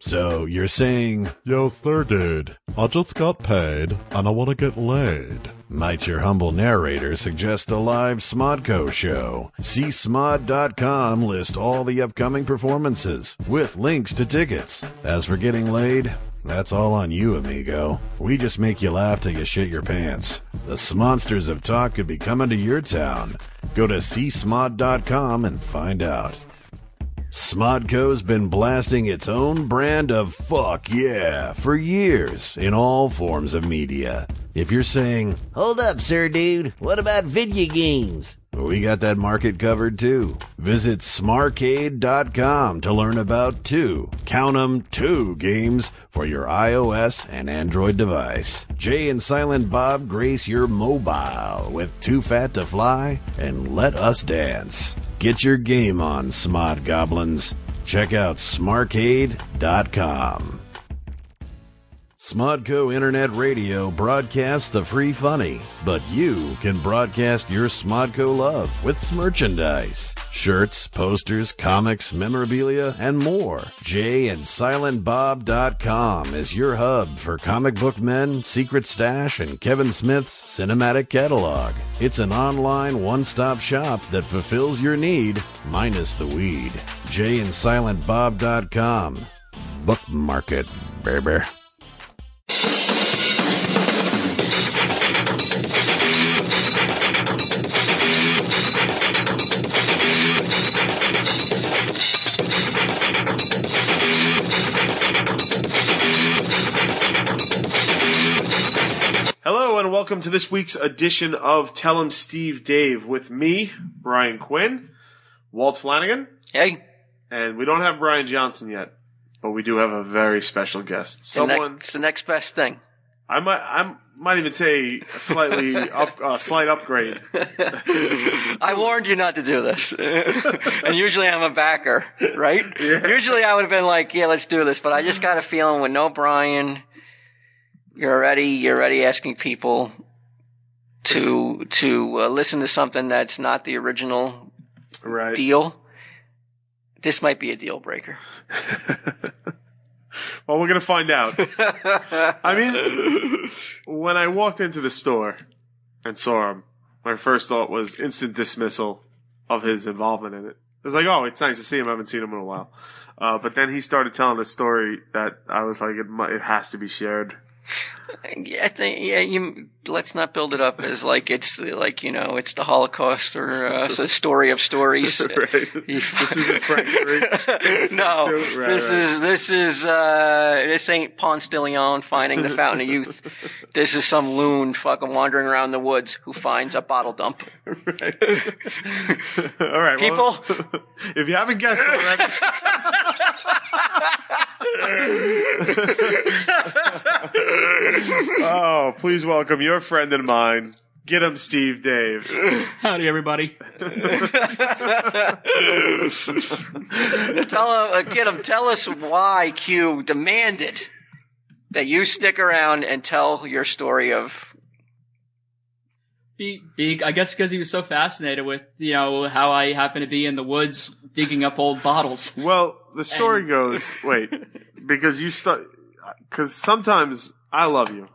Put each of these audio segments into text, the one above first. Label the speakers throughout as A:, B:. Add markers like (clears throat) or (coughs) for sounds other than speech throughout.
A: So you're saying,
B: Yo, third dude, I just got paid and I want to get laid.
A: might your humble narrator suggest a live Smodco show? See Smod.com list all the upcoming performances with links to tickets. As for getting laid, that's all on you, amigo. We just make you laugh till you shit your pants. The Smonsters of Talk could be coming to your town. Go to csmod.com and find out. Smodco's been blasting its own brand of fuck yeah for years in all forms of media. If you're saying,
C: Hold up, sir, dude. What about video games?
A: we got that market covered too, visit smarcade.com to learn about two, count 'em, two games for your iOS and Android device. Jay and Silent Bob grace your mobile with Too Fat to Fly and Let Us Dance. Get your game on, Smod Goblins. Check out smarcade.com. Smodco Internet Radio broadcasts the free funny, but you can broadcast your Smodco love with merchandise. Shirts, posters, comics, memorabilia, and more. Jay and JayandSilentBob.com is your hub for comic book men, Secret Stash, and Kevin Smith's cinematic catalog. It's an online one-stop shop that fulfills your need, minus the weed. Jay and JayandSilentBob.com. Bookmark it, baby.
D: Hello and welcome to this week's edition of Tell 'em Steve Dave with me, Brian Quinn, Walt Flanagan,
E: Hey,
D: and we don't have Brian Johnson yet, but we do have a very special guest.
E: it's the, next,
D: Someone
E: it's the next
D: (laughs)
E: best thing.
D: I might I might even say a slightly up a slight upgrade.
E: I warned you not to do
D: (laughs)
E: this. and usually I'm a backer, right? Usually I would have been like, yeah, let's do this. But I just got a feeling with no Brian, you're already you're already asking people to to uh, listen to something that's not the original
D: Right.
E: deal. This might be a deal breaker.
D: Well, we're gonna find out. I mean, when I walked into the store and saw him, my first thought was instant dismissal of his involvement in it. It was like, oh, it's nice to see him. I haven't seen him in a while. Uh, but then he started telling a story that I was like, it, mu- it has to be shared.
E: Yeah, I think, yeah, you let's not build it up as like it's like you know it's the Holocaust or uh, it's a story of
D: (laughs)
E: stories.
D: right? this isn't Frank Drake.
E: (laughs)
F: (laughs)
E: no,
D: Right, right.
E: this is this is uh, this ain't Ponce de Leon finding the Fountain of
F: (laughs)
E: Youth. This is some loon fucking wandering around the woods who finds a bottle dump.
D: (laughs) Right. All right, well, (laughs) if you haven't guessed already,
F: (laughs)
D: oh, please welcome your friend and mine. Get him, Steve Dave.
F: Howdy, everybody.
E: Tell him, uh, get him. Tell us why Q demanded that you stick around and tell your story of
F: Be, be, I guess because he was so fascinated with, you know, how I happen to be in the woods digging up old bottles.
D: Well, the story
F: And-
D: goes wait, because you start, because sometimes I love you,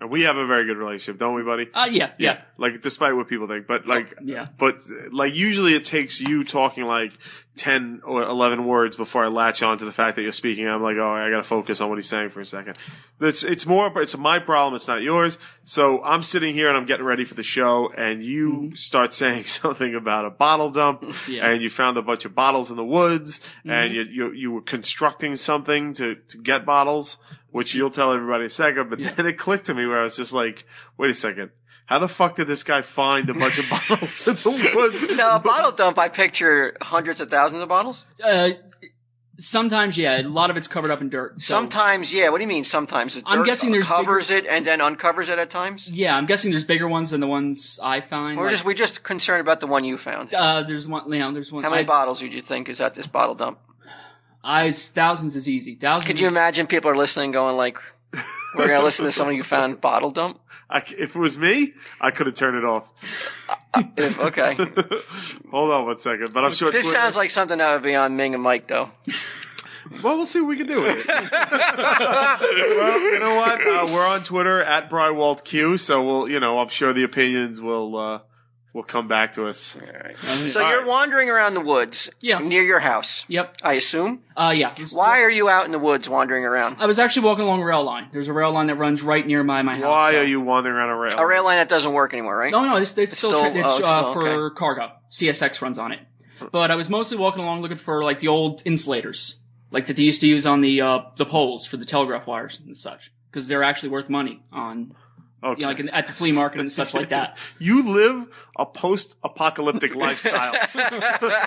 D: and we have a very good relationship, don't we, buddy?
F: (laughs) Uh, yeah, yeah,
D: Like, despite what people think, but like,
F: yeah.
D: But like usually it takes you talking like 10 or 11 words before I latch on to the fact that you're speaking. I'm like, "Oh, I got to focus on what he's saying for a second. It's it's more it's my problem, it's not yours. So I'm sitting here and I'm getting ready for the show and you start saying (laughs) something about a bottle dump
F: Yeah.
D: and you found a bunch of bottles in the woods and you, you you were constructing something to to get bottles, which you'll tell everybody in a second, but then it clicked to me where I was just like, "Wait a second. How the fuck did this guy find a bunch of bottles in the woods?
E: Now, a
F: (laughs)
E: bottle dump, I picture hundreds of thousands of bottles.
F: Uh, sometimes, yeah, a lot of it's covered up in dirt. so-
E: Sometimes, yeah. What do you mean sometimes? The
F: I'm
E: dirt
F: guessing there's
E: covers it and then uncovers it at times.
F: Yeah, I'm guessing there's bigger ones than the ones I find.
E: We're
F: like,
E: just we're just concerned about the one you found.
F: uh, there's one, you know, there's one.
E: How many
F: I,
E: bottles would you think is at this bottle dump?
F: I, thousands is easy. Thousands.
E: Could you
F: is-
E: imagine people are listening, going like, "We're gonna listen to someone who found bottle dump."
D: I c if it was me, I could have turned it off.
E: If okay,
D: Hold on one second, but I'm sure
E: this
D: Twitter-
E: sounds like something that would be on Ming and Mike, though.
D: Well, we'll see what we can do with it. well, you know what? Uh, we're on Twitter at BrywaldQ, so we'll, you know, I'm sure the opinions will uh, will come back to us.
E: So you're
D: Alright.
E: wandering around the woods
F: Oh, Yeah.
E: near your house,
F: Yep.
E: I assume.
F: Uh, yeah. Just-
E: Why are you out in the woods wandering around?
F: I was actually walking along a rail line. There's a rail line that runs right near my my house.
D: Why
F: so-
D: are you wandering around a rail?
E: A rail line that doesn't work anymore, right?
F: No, no, it's, it's, still,
E: still-
F: tra- it's,
E: oh, it's
F: uh,
E: still-
F: for cargo. CSX runs on it. But I was mostly walking along looking for like the old insulators, like that they used to use on the uh, the poles for the telegraph wires and such, because they're actually worth money on
D: Okay.
F: you know, like in, at the flea market and such like that.
D: you live a post-apocalyptic lifestyle,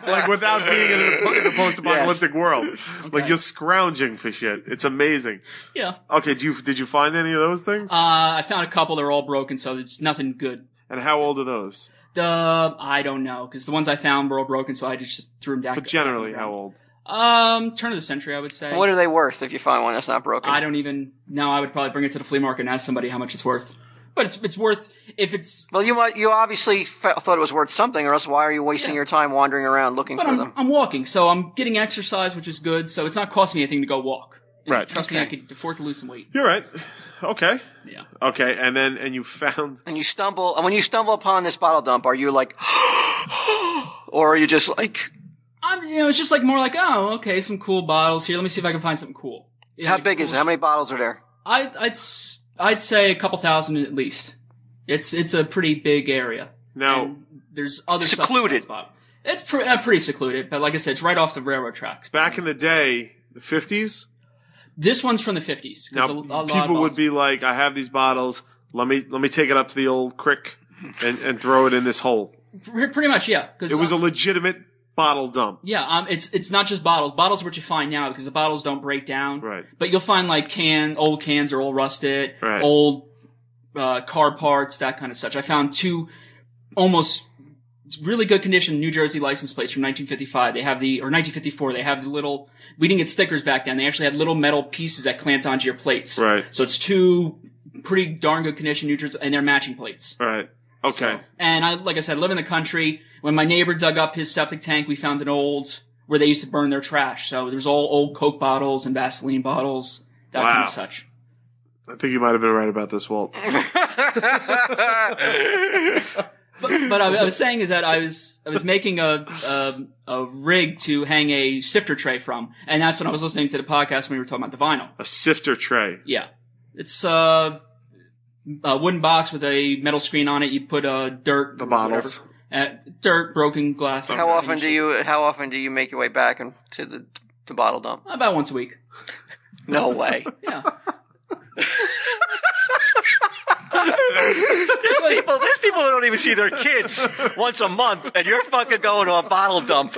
D: like without being in a, in a post-apocalyptic world. Like you're scrounging for shit. It's amazing.
F: Yeah,
D: Okay, do you did you find any of those things?
F: uh, I found a couple. They're all broken, so there's nothing good.
D: and how old are those?
F: Duh, I don't know, because the ones I found were all broken, so I just, just threw them down.
D: But generally, how old?
F: Um, turn of the century, I would
E: (laughs)
F: say.
E: What are they worth if you find one that's not broken?
F: I don't even. No, I would probably bring it to the flea market and ask somebody how much it's worth. But it's it's worth if it's.
E: Well, you might, you obviously fe- thought it was worth something, or else why are you wasting your time wandering around looking
F: But
E: for
F: I'm
E: them?
F: I'm walking, so I'm getting exercise, which is good. So it's not costing me anything to go walk.
D: Right.
F: Trust me, I
E: Okay.
F: could afford to lose some weight.
D: You're right. Okay.
F: Yeah.
D: Okay, and then and you found
E: And you stumble, and when you stumble upon this bottle dump, are you like, (gasps) or are you just like,
F: I'm. You know, it's just like more like oh, okay, some cool bottles here. Let me see if I can find something cool. Yeah,
E: how
F: like
E: big
F: cool
E: is it? How many bottles are there?
F: I, I'd s- I'd say a couple thousand at least. It's it's a pretty big area.
D: now.
F: And there's other
E: Oh. Secluded.
F: Spot. It's pre- uh, pretty secluded, but like I said, it's right off the railroad tracks.
D: back in the day, the fifties.
F: This one's from the fifties.
D: Now people would be like, "I have these bottles. Let me let me take it up to the old
F: (laughs)
D: crick and, and throw it in this hole."
F: pretty much yeah. Cause,
D: It was a
F: uh,
D: legitimate bottle dump.
F: yeah. Um, it's it's not just bottles. Bottles are what you find now because the bottles don't break down.
D: Right.
F: But you'll find like can old cans are all rusted,
D: Right.
F: old uh, car parts, that kind of such. I found two almost really good condition New Jersey license plates from 1955. They have the or 1954. They have the little. We didn't get stickers back then. They actually had little metal pieces that clamped onto your plates.
D: Right.
F: So it's two pretty darn good condition New Jersey, and they're matching plates.
D: Right. Okay.
F: And I, like I said, I live in the country. When my neighbor dug up his septic tank, we found an old where they used to burn their trash. So there's all old Coke bottles and Vaseline bottles, that kind
D: Wow.
F: of such.
D: I think you might have been right about this, Walt.
F: But, but I, I was saying is that I was I was making a, a a rig to hang a sifter tray from, and that's when I was listening to the podcast when we were talking about the vinyl.
D: A sifter tray.
F: Yeah, it's uh, a wooden box with a metal screen on it. You put uh, dirt,
D: The
F: or
D: bottles.
F: whatever. uh, dirt, broken glass.
E: How often do you, how often do you make your way back and to the, the bottle dump?
F: About once a week.
E: No way.
F: Yeah.
E: (laughs) there's people, there's people who don't even see their kids once a month, and you're fucking going to a bottle dump.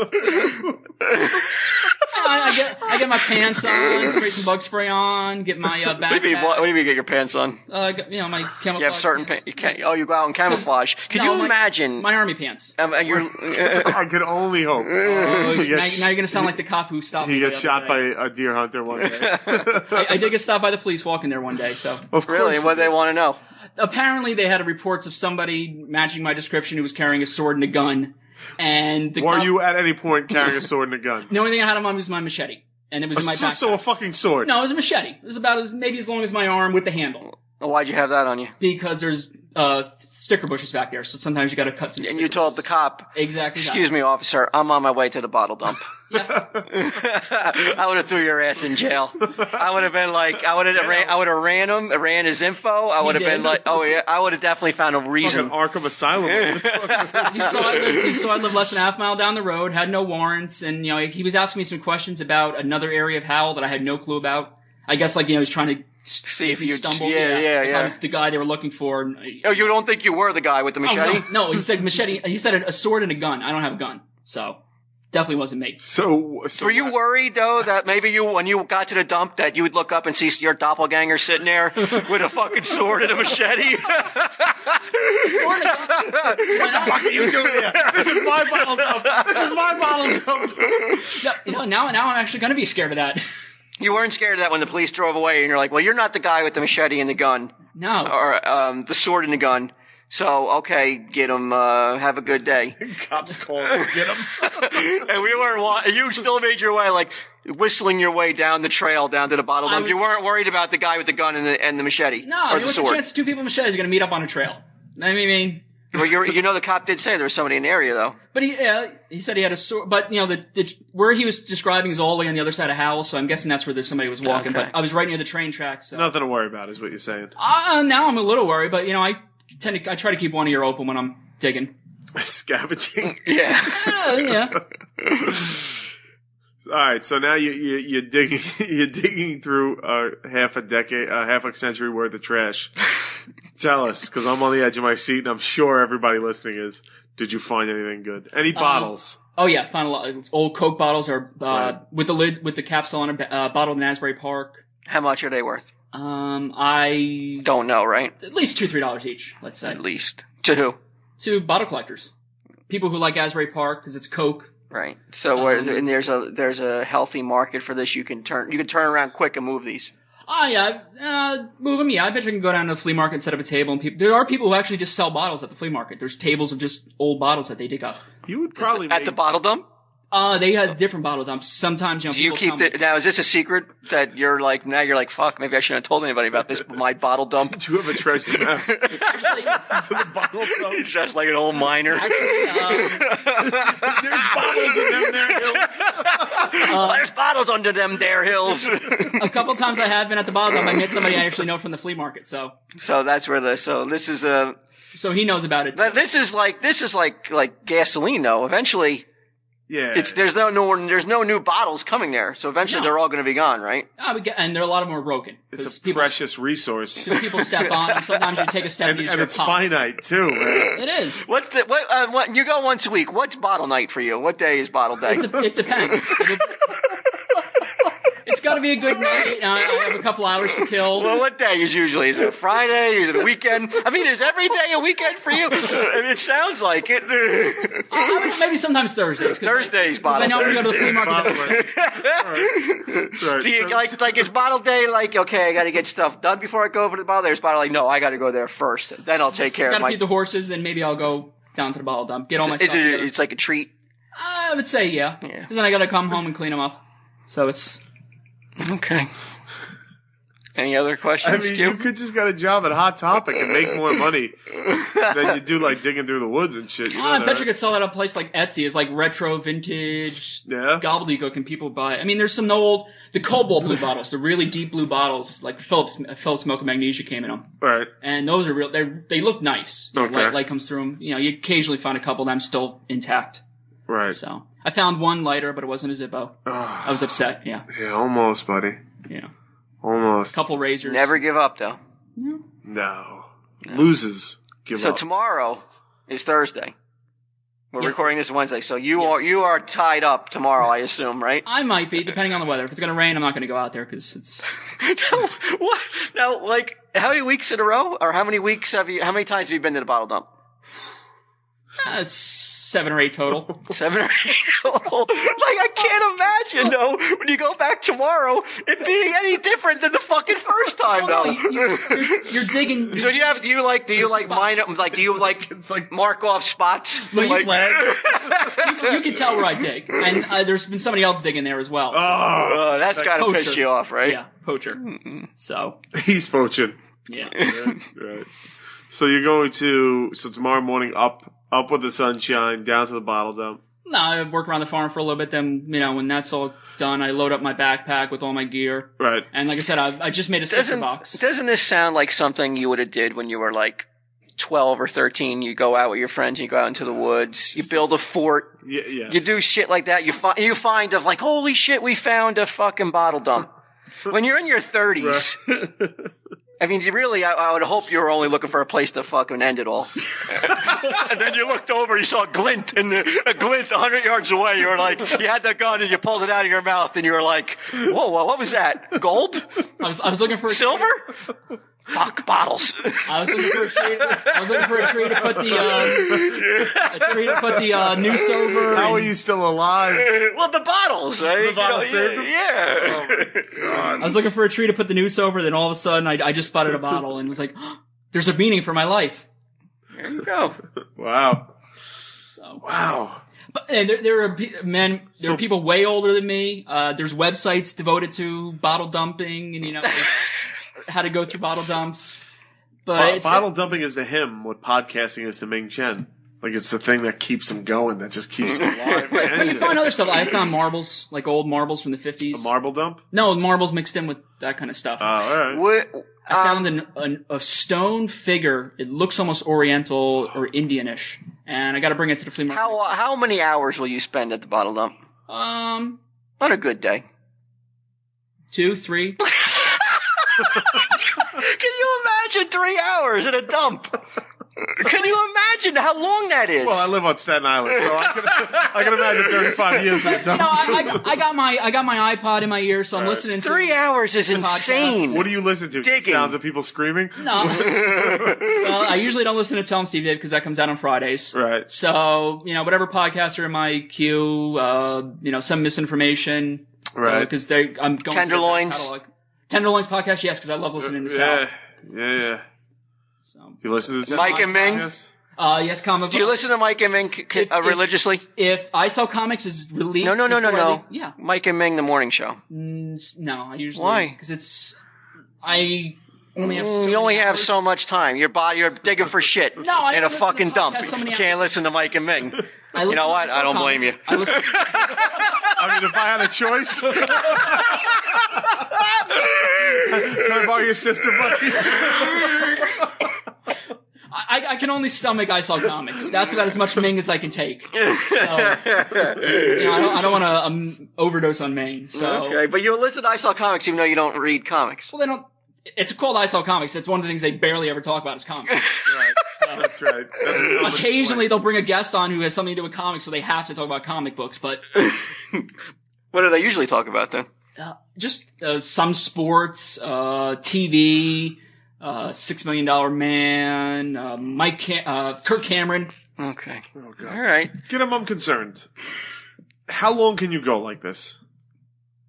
F: I, I get I get my pants on, spray some bug spray on, get my uh,
E: What do you
F: backpack.
E: mean? What, what do you mean? Get your pants on?
F: uh, get- you know my camouflage.
E: You have certain
F: pants.
E: pants. You can't. Oh, you go out in camouflage. Could
F: No,
E: you
F: my-
E: imagine?
F: My
E: (laughs)
F: army pants.
E: um, and you're,
D: (laughs)
F: (laughs)
D: I could only hope.
F: Oh,
D: He
F: now,
D: gets-
F: now you're gonna sound like the cop who stopped.
D: He
F: me the
D: gets
F: other
D: shot by
F: day.
D: a deer hunter one (laughs) day.
F: I, I did get stopped by the police walking there one day. So
D: Of
E: really?
D: course.
E: What do they want to know?
F: apparently they had reports of somebody matching my description who was carrying a sword and a gun,
D: (laughs)
F: and the
D: Were
F: cop,
D: you at any point carrying a sword and a
F: (laughs)
D: gun?
F: the only thing I had on me was my machete, and it was in my
D: It's
F: backpack.
D: just so a fucking sword.
F: no, it was a machete. It was about as, maybe as long as my arm with the handle
E: Oh, Why'd you have that on you?
F: because there's uh, sticker bushes back there, so sometimes you got to cut. through the
E: And you
F: sticker
E: told the
F: bushes.
E: cop,
F: exactly. that.
E: "Excuse me, officer, I'm on my way to the bottle dump."
F: Yeah.
E: I would have threw your ass in jail. I would have been like, I would have, ran, I would have ran him, ran his info. I would have
F: did?
E: been like, oh yeah, I would have definitely found a
D: Fucking
E: reason.
D: Arkham
E: (laughs)
D: Asylum.
F: He saw I lived, he saw I lived less than a half mile down the road, had no warrants, and you know he was asking me some questions about another area of Howell that I had no clue about. I guess like you know he was trying to
E: See if you,
F: stumble.
E: yeah, yeah,
F: if I
E: yeah.
F: was the guy they were looking for. and-
E: Oh, you don't think you were the guy with the
F: Oh, no,
E: machete?
F: no, he said machete. He said a sword and a gun. I don't have a gun, so definitely wasn't me.
D: so, so (laughs)
E: Were you worried though that maybe you, when you got to the dump, that you would look up and see your doppelganger sitting
F: (laughs)
E: there with a fucking sword and a machete? (laughs)
F: Sword and a gun.
D: What are you doing here? This is my bottle dump. This is my
E: (laughs)
D: bottle dump.
F: No, you know, now, now I'm actually gonna be scared of that. (laughs)
E: you weren't scared of that when the police drove away, and you're like, well, you're not the guy with the machete and the gun,
F: No,
E: or um, the sword and the gun. So okay, get him. Uh, have a good day.
D: Cops calling. Get him.
E: and we weren't. Wa- you still made your way, like whistling your way down the trail down to the bottle
F: I
E: dump. you
F: was-
E: weren't worried about the guy with the gun and the, and the machete
F: No,
E: or
F: I mean,
E: the
F: what's the
E: sword.
F: chance two people machetes are going to meet up on a trail? I mean,
E: Well, you're, you know, the cop did say there was somebody in the area,
F: (laughs)
E: though.
F: but he yeah, he said he had a sword, but you know the, the where he was describing is all the way on the other side of Howell, so I'm guessing that's where there's somebody was walking.
E: Okay.
F: But I was right near the train tracks. So.
D: Nothing to worry about is what you're saying. (laughs)
F: Uh, now I'm a little worried, but you know I tend to I try to keep one ear open when I'm digging.
E: (laughs)
D: Scavenging. (laughs)
E: Yeah.
F: Uh, yeah,
D: All right, so now you, you you're digging (laughs) you're digging through uh, half a decade, uh, half a century worth of trash. Tell us, because I'm on the edge of my seat, and I'm sure everybody listening is. Did you find anything good? Any bottles?
F: oh yeah, found a lot. it's Old Coke bottles are uh,
D: Right.
F: with the lid with the cap still on it, uh, bottled in Asbury Park.
E: (laughs) How much are they worth?
F: Um, I
E: Don't know, right?
F: at least two three dollars each, let's say,
E: At least to who?
F: to bottle collectors, people who like Asbury Park because it's Coke.
E: Right. Um, So where, and there's a there's a healthy market for this. You can turn you can turn around quick and move these.
F: Ah, yeah, uh, move them. Yeah, I bet you can go down to the flea market and set up a table. And people, there are people who actually just sell bottles at the flea market. There's tables of just old bottles that they dig up.
D: you would probably
E: At
D: make-
E: the
D: (laughs)
E: bottle dump,
F: Uh, they have different bottle dumps. Sometimes you know.
E: do you
F: people
E: keep it?
F: come-
E: Now is this a secret that you're like now you're like fuck? Maybe I shouldn't have told anybody about this. My bottle (laughs) dump.
D: Do you have a treasure map to
F: Actually,
D: the bottle? (laughs) dump?
E: He's just like an old miner.
F: actually, uh,
D: There's bottles in them there. Hills.
E: There's bottles under them there hills.
F: a couple times I have been at the bottle dump. I met somebody I actually know from the flea market. So,
E: (laughs) so that's where the so this is a
F: so he knows about it.
E: that- this is like this is like like gasoline though. Eventually,
D: Yeah,
E: it's there's no no there's no new bottles coming there. So eventually
F: No.
E: they're all going to be gone, right?
F: Ah, we get, and there are a lot of more broken.
D: it's
F: 'Cause
D: a
F: people,
D: precious resource,
F: People step on. And sometimes you take a step
D: and,
F: and, you
D: and it's
F: just get popped.
D: finite too. Man.
F: It is.
E: What's the, what, uh, what you go once a week? What's bottle night for you? What day is bottle day?
F: It's a, it depends. it's got to be a good night. I, I have a couple hours to kill.
E: well, what day is usually? Is it a Friday? Is it a weekend? I mean, is every day a weekend for
F: (laughs)
E: you? I mean, it sounds like it.
F: I would- maybe sometimes Thursdays. (laughs) 'cause-
E: Thursday's
F: 'cause I
E: bottle
F: know I'm
E: day.
F: going to the flea market.
D: Bottle dump. Right,
E: Do you,
D: so-
E: like, like is bottle day like okay? I got to get stuff done before I go over to the bottle. There's bottle like no, I got to go there first. Then I'll take care
F: Got
E: of
F: to
E: my.
F: feed the horses, and maybe I'll go down to the bottle dump, get all my
E: Is
F: stuff.
E: it?
F: together.
E: It's like a treat.
F: I would say yeah.
E: Yeah.
F: 'Cause then I got to come home and clean them up. So it's
E: Okay. Any
D: (laughs)
E: other
D: I
E: questions?
D: mean,
E: Q?
D: you could just get a job at Hot Topic and make more money than you do like digging through the woods and shit. You know
F: Ah, I
D: that,
F: bet
D: right?
F: you could sell that at a place like Etsy. It's like retro, vintage,
D: Yeah.
F: gobbledygook, and people buy. it. I mean, there's some old the cobalt blue bottles, the really deep blue bottles, like Phillips Phillips Milk and Magnesia came in them.
D: All right.
F: and those are real. They they look nice. You know,
D: Okay.
F: light, light comes through them. You know, you occasionally find a couple of them still intact.
D: Right. Ah,
F: So I found one lighter, but it wasn't a Zippo. I was upset. Yeah,
D: Yeah, almost, buddy.
F: yeah.
D: Almost.
F: Couple razors.
E: Never give up though.
D: No. Loses. Give
E: So
D: up.
E: tomorrow is Thursday. We're
F: Yes.
E: recording this Wednesday, so you are you are tied up tomorrow, I assume, right? (laughs)
F: (laughs) I might be depending on the weather. If it's gonna rain, I'm not gonna go out there because it's.
E: what? Now, like, how many weeks in a row, or how many weeks have you? How many times have you been to the bottle dump?
F: Uh, seven or eight
E: (laughs)
F: total.
E: Seven or eight. like, I can't imagine though. When you go back tomorrow, it being any different than the fucking first time,
F: Oh,
E: though.
F: no, you, you're, you're
E: (laughs)
F: digging.
E: so do you have? Do you like? Do you like mine? up- Like, do you like?
D: it's like (laughs)
E: Mark off
F: (laughs)
E: spots.
F: No, you-
E: Like-
F: you can tell where I dig, and uh, there's been somebody else digging there as well.
D: oh,
E: oh, that's got to piss
F: Poacher.
E: you off, right? Mm-hmm.
F: yeah, poacher. So
D: (laughs) he's poaching.
F: yeah,
D: Right. So you're going to so tomorrow morning up up with the sunshine down to the bottle dump.
F: no, I work around the farm for a little bit. Then you know when that's all done, I load up my backpack with all my gear.
D: Right.
F: And like I said, I, I just made a sister
E: doesn't
F: box.
E: doesn't this sound like something you would have did when you were like 12 or 13 you go out with your friends you go out into the woods you build a fort
D: Yeah. Yes.
E: you do shit like that you find you find of like holy shit we found a fucking bottle (laughs) dump when you're in your 30s (laughs) I mean, you really, I, I would hope you were only looking for a place to fucking end it all. (laughs) and then you looked over, you saw a glint in the, a glint 100 yards away. You were like, you had the gun and you pulled it out of your mouth and you were like, whoa, whoa, what was that? Gold?
F: I was, I was looking for a
E: Silver? Fuck bottles. (laughs)
F: I was looking for a tree. I was looking for a tree to put the uh, a tree to put the uh,
D: (laughs)
F: noose over.
D: How are
F: and-
D: you still alive?
E: well, the bottles, right? You know,
D: bottle
E: yeah,
D: saved 'em?
E: yeah.
F: I was looking for a tree to (gasps) put the noose over. Then all of a sudden, I, I just spotted a bottle and was like, "There's a meaning for my life."
E: There you go.
D: Wow.
F: So.
D: Wow.
F: But and there, there are pe- men, there
D: So-
F: are people way older than me. Uh, there's websites devoted to bottle
D: (laughs)
F: dumping and you know like, how to go through bottle dumps. But
D: Bo-
F: Uh, it's,
D: bottle dumping is to him what podcasting is to Ming Chen. Like it's the thing that keeps him going, that just keeps him
F: (laughs)
D: alive.
F: I can find other stuff. I found marbles, like old marbles from the fifties.
D: A marble dump?
F: no, marbles mixed in with that kind of stuff.
D: Oh, all right.
E: What,
F: I found an, an, a stone figure. It looks almost Oriental or Indianish, and I got to bring it to the flea market.
E: how uh, how many hours will you spend at the bottle dump
F: um,
E: on a good day?
F: two, three.
E: Can you imagine three hours at a dump? Can you imagine how long that is?
D: Well, I live on Staten Island, so I can, (laughs) I can imagine 35 years at a
F: You know,
D: dump.
F: I, I, I got my I got my iPod in my ear, so I'm listening to
E: three hours is insane.
D: What do you listen to?
E: Digging.
D: Sounds of people screaming?
E: (laughs)
F: No. well, I usually don't listen to Tell 'em Steve Dave because that comes out on Fridays.
D: Right.
F: So, you know, whatever podcasts are in my queue, uh, you know, some misinformation.
D: Right.
F: Because they, I'm going through the
E: Tenderloins. Uh,
F: catalog. Tenderloins podcast, yes, because I love listening to
D: yeah.
F: South.
D: Yeah, yeah.
F: So,
D: You listen to the
E: Mike and Ming?
D: Yes.
F: uh, yes, comic.
E: Do you listen to Mike and Ming c- c-
F: If-
E: uh,
F: if-
E: religiously?
F: If I sell comics is released.
E: No, no, no, no,
F: before I
E: no.
F: leave- Yeah.
E: Mike and Ming, the morning show.
F: Mm, s- no, I usually.
E: Why?
F: Because it's. I only have. So
E: Mm,
F: many
E: you only have
F: hours.
E: so much time. Your body, you're digging for shit
F: No, I
E: in a
F: don't listen to
E: fucking dump.
F: podcasts so many
E: You can't listen to Mike and Ming.
F: I
E: You
F: listen
E: know
F: to
E: what?
F: Cell
E: I don't blame
F: Comics.
E: you.
F: I listen.
D: I mean, if I had a (laughs) choice. Can I borrow your sifter, buddy?
F: I, I can only stomach I saw comics. That's about as much Ming as I can take. So, you know, I don't, I don't want to um, overdose on Ming. So,
E: Okay, but you listen to I Saw Comics even though you don't read comics.
F: well, they don't. It's called I saw comics. That's one of the things they barely ever talk about is comics.
D: That's right. That's what-
F: Occasionally, they'll bring a guest on who has something to do with comics, so they have to talk about comic books. But
E: What do they usually talk about then?
F: uh, just uh, some sports, uh, TV, uh, Six Million Dollar Man, uh, Mike, Cam- uh, Kirk Cameron.
E: Okay.
D: Oh,
E: All
D: God.
E: right.
D: Get him, I'm concerned. How long can you go like this?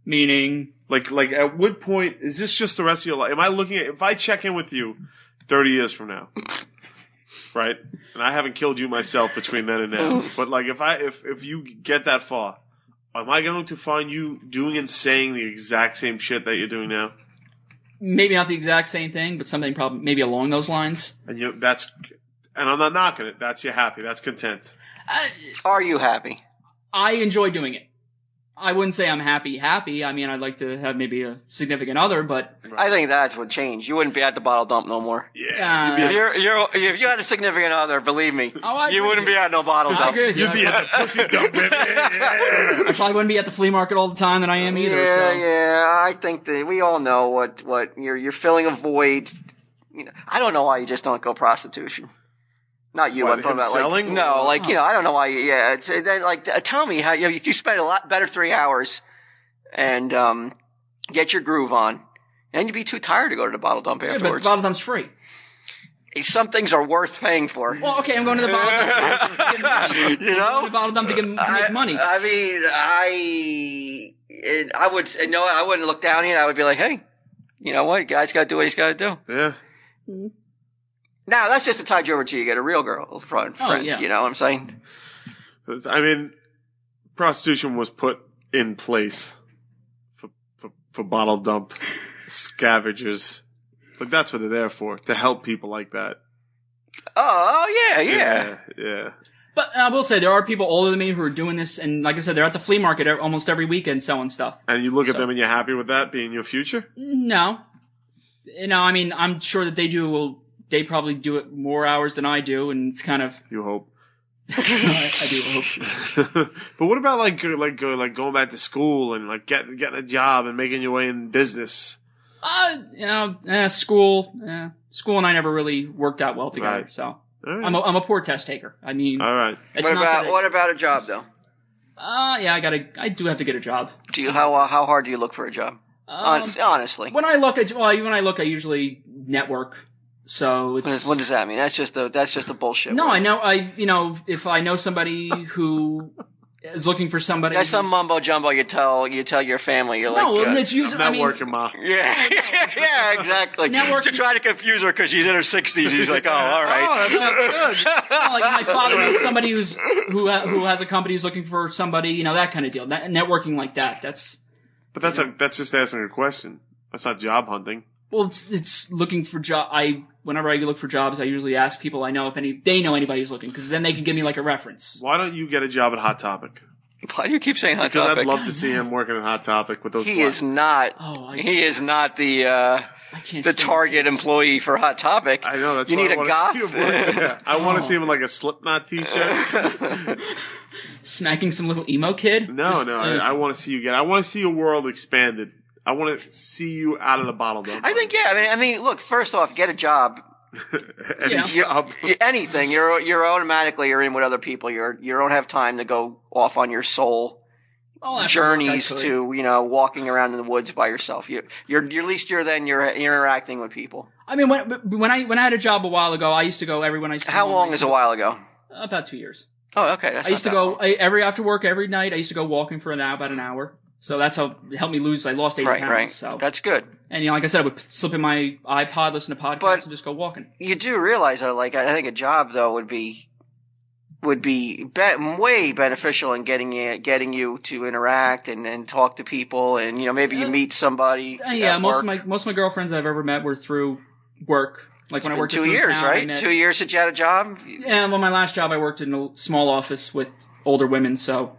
F: Meaning,
D: Like, like at what point is this just the rest of your life? Am I looking at if I check in with you thirty years from now, right? And I haven't killed you myself between then and now. But like, if I if if you get that far, am I going to find you doing and saying the exact same shit that you're doing now?
F: maybe not the exact same thing, but something probably maybe along those lines.
D: And you that's and I'm not knocking it. That's you happy. That's content.
F: I,
E: Are you happy?
F: I enjoy doing it. I wouldn't say I'm happy, happy. I mean, I'd like to have maybe a significant other, but
E: I think that's what changed. You wouldn't be at the bottle dump no more. If,
F: uh,
E: you're, you're, if you had a significant other, believe me,
F: Oh, I
E: you
F: agree
E: wouldn't
F: with
E: be at no bottle
F: I
E: dump.
F: agree with you.
D: You'd be at the pussy dump. baby. Yeah.
F: I probably wouldn't be at the flea market all the time that I am either.
E: Yeah,
F: so.
E: yeah. I think that we all know what what you're you're filling a void. You know, I don't know why you just don't go prostitution. Not you.
D: What,
E: I'm talking
D: him
E: about
D: selling?
E: like no, like you know, I don't know why. You, yeah, it's, it, then, like uh, tell me how you you spend a lot better three hours and um get your groove on. And you'd be too tired to go to the bottle dump
F: Yeah, but
E: afterwards.
F: bottle dump's free.
E: Some things are worth paying for.
F: Well, okay, I'm going to the bottle
E: (laughs)
F: dump. to get money.
E: You
F: I'm going to
E: know?
F: the bottle dump to, get, to make money.
E: I mean, I and I would you know I wouldn't look down here. I would be like, hey, you know what? Guy's got to do what he's got to do.
D: yeah.
E: Now that's just to tide you over till you get a real girl friend.
F: Oh,
E: friend
F: yeah.
E: You know what I'm saying?
D: I mean, prostitution was put in place for for, for bottle dump scavengers. Like that's what they're there for to help people like that.
E: Oh, oh, yeah, yeah.
D: yeah. yeah.
F: but uh, I will say there are people older than me who are doing this, and like I said, they're at the flea market e- almost every weekend selling stuff.
D: And you look at them and you're happy with that being your future.
F: No, you know, I mean, I'm sure that they do. Well, they probably do it more hours than I do, and it's kind of. (laughs)
D: You hope.
F: I, I do hope.
D: (laughs) but what about like uh, like uh, like going back to school and like getting getting a job and making your way in business?
F: Uh, you know, eh, school, eh, school, and I never really worked out well together.
D: Right.
F: So
D: All right.
F: I'm a, I'm a poor test taker. I mean,
D: All right.
F: it's
E: Uh, What
F: not
E: about
F: that I-
E: what about a job though?
F: Uh, yeah, I gotta. I do have to get a job.
E: Do you how uh, how hard do you look for a job?
F: Um,
E: Hon- honestly,
F: when I look at well, when I look, I usually network. So
E: what,
F: it's
E: is, what does that mean? That's just a that's just a bullshit.
F: no,
E: word.
F: I know I you know if I know somebody who is looking for somebody.
E: That's some mumbo jumbo you tell you tell your family. You're
F: no,
E: like, uh,
F: well,
E: yeah.
F: it's usually. I mean,
D: Networking, ma.
E: yeah, (laughs) yeah, exactly.
F: Networking-
E: To try to confuse her because she's in her sixties. He's like, oh, all right.
F: kinda like my father knows somebody who's who ha- who has a company who's looking for somebody. You know that kind of deal. That, networking like that. That's
D: But that's a, that's just asking a question. That's not job hunting.
F: well, it's, it's looking for job. I whenever I look for jobs, I usually ask people I know if any they know anybody who's looking because then they can give me like a reference.
D: Why don't you get a job at Hot Topic?
E: Why do you keep saying hot
D: Because
E: topic?
D: I'd love to see him working at Hot Topic with those.
E: he
D: black-
E: is not.
F: Oh, I,
E: He is not the uh,
F: I can't.
E: the
F: stand
E: target
F: kids.
E: employee for Hot Topic. (laughs)
D: I know that's.
E: You
D: why
E: need
D: I
E: a
D: wanna
E: goth?
D: See him work.
E: (laughs)
D: Yeah, I want to see him in like a Slipknot T-shirt.
F: smacking some little emo kid.
D: No,
F: Just,
D: no,
F: uh,
E: mm.
D: I, I want to see you get. I want to see your world expanded. I want to see you out of the bottle. Though.
E: I think yeah. I mean, I mean, look. First off, get a job.
D: (laughs) Any
F: Yeah.
D: job.
E: Y- Anything. You're you're automatically you're in with other people. You're you don't have time to go off on your soul
F: I'll ask
E: journeys
F: them if I could.
E: to you know walking around in the woods by yourself. You you're, you're at least you're then you're interacting with people.
F: I mean, when, when I when I had a job a while ago, I used to go every when I.
E: How long is a while ago?
F: About two years.
E: Oh, okay. That's not
F: I used to
E: that
F: go
E: long.
F: I, every after work every night. I used to go walking for an hour, about an hour. So that's how it helped me lose. I lost eighty
E: Right,
F: pounds.
E: right.
F: So
E: That's good.
F: and you know, like I said, I would slip in my iPod, listen to podcasts,
E: But-
F: and just go walking.
E: You do realize though, like I think a job though would be would be, be way beneficial in getting you, getting you to interact and, and talk to people and you know maybe you
F: Uh,
E: meet somebody.
F: Uh, yeah,
E: at
F: most
E: work.
F: of my most of my girlfriends I've ever met were through work. Like when I
E: Been
F: worked at
E: two
F: Food
E: years,
F: Town, I
E: right?
F: met-
E: Two years since you had a job.
F: Yeah, well, my last job I worked in a small office with older women. So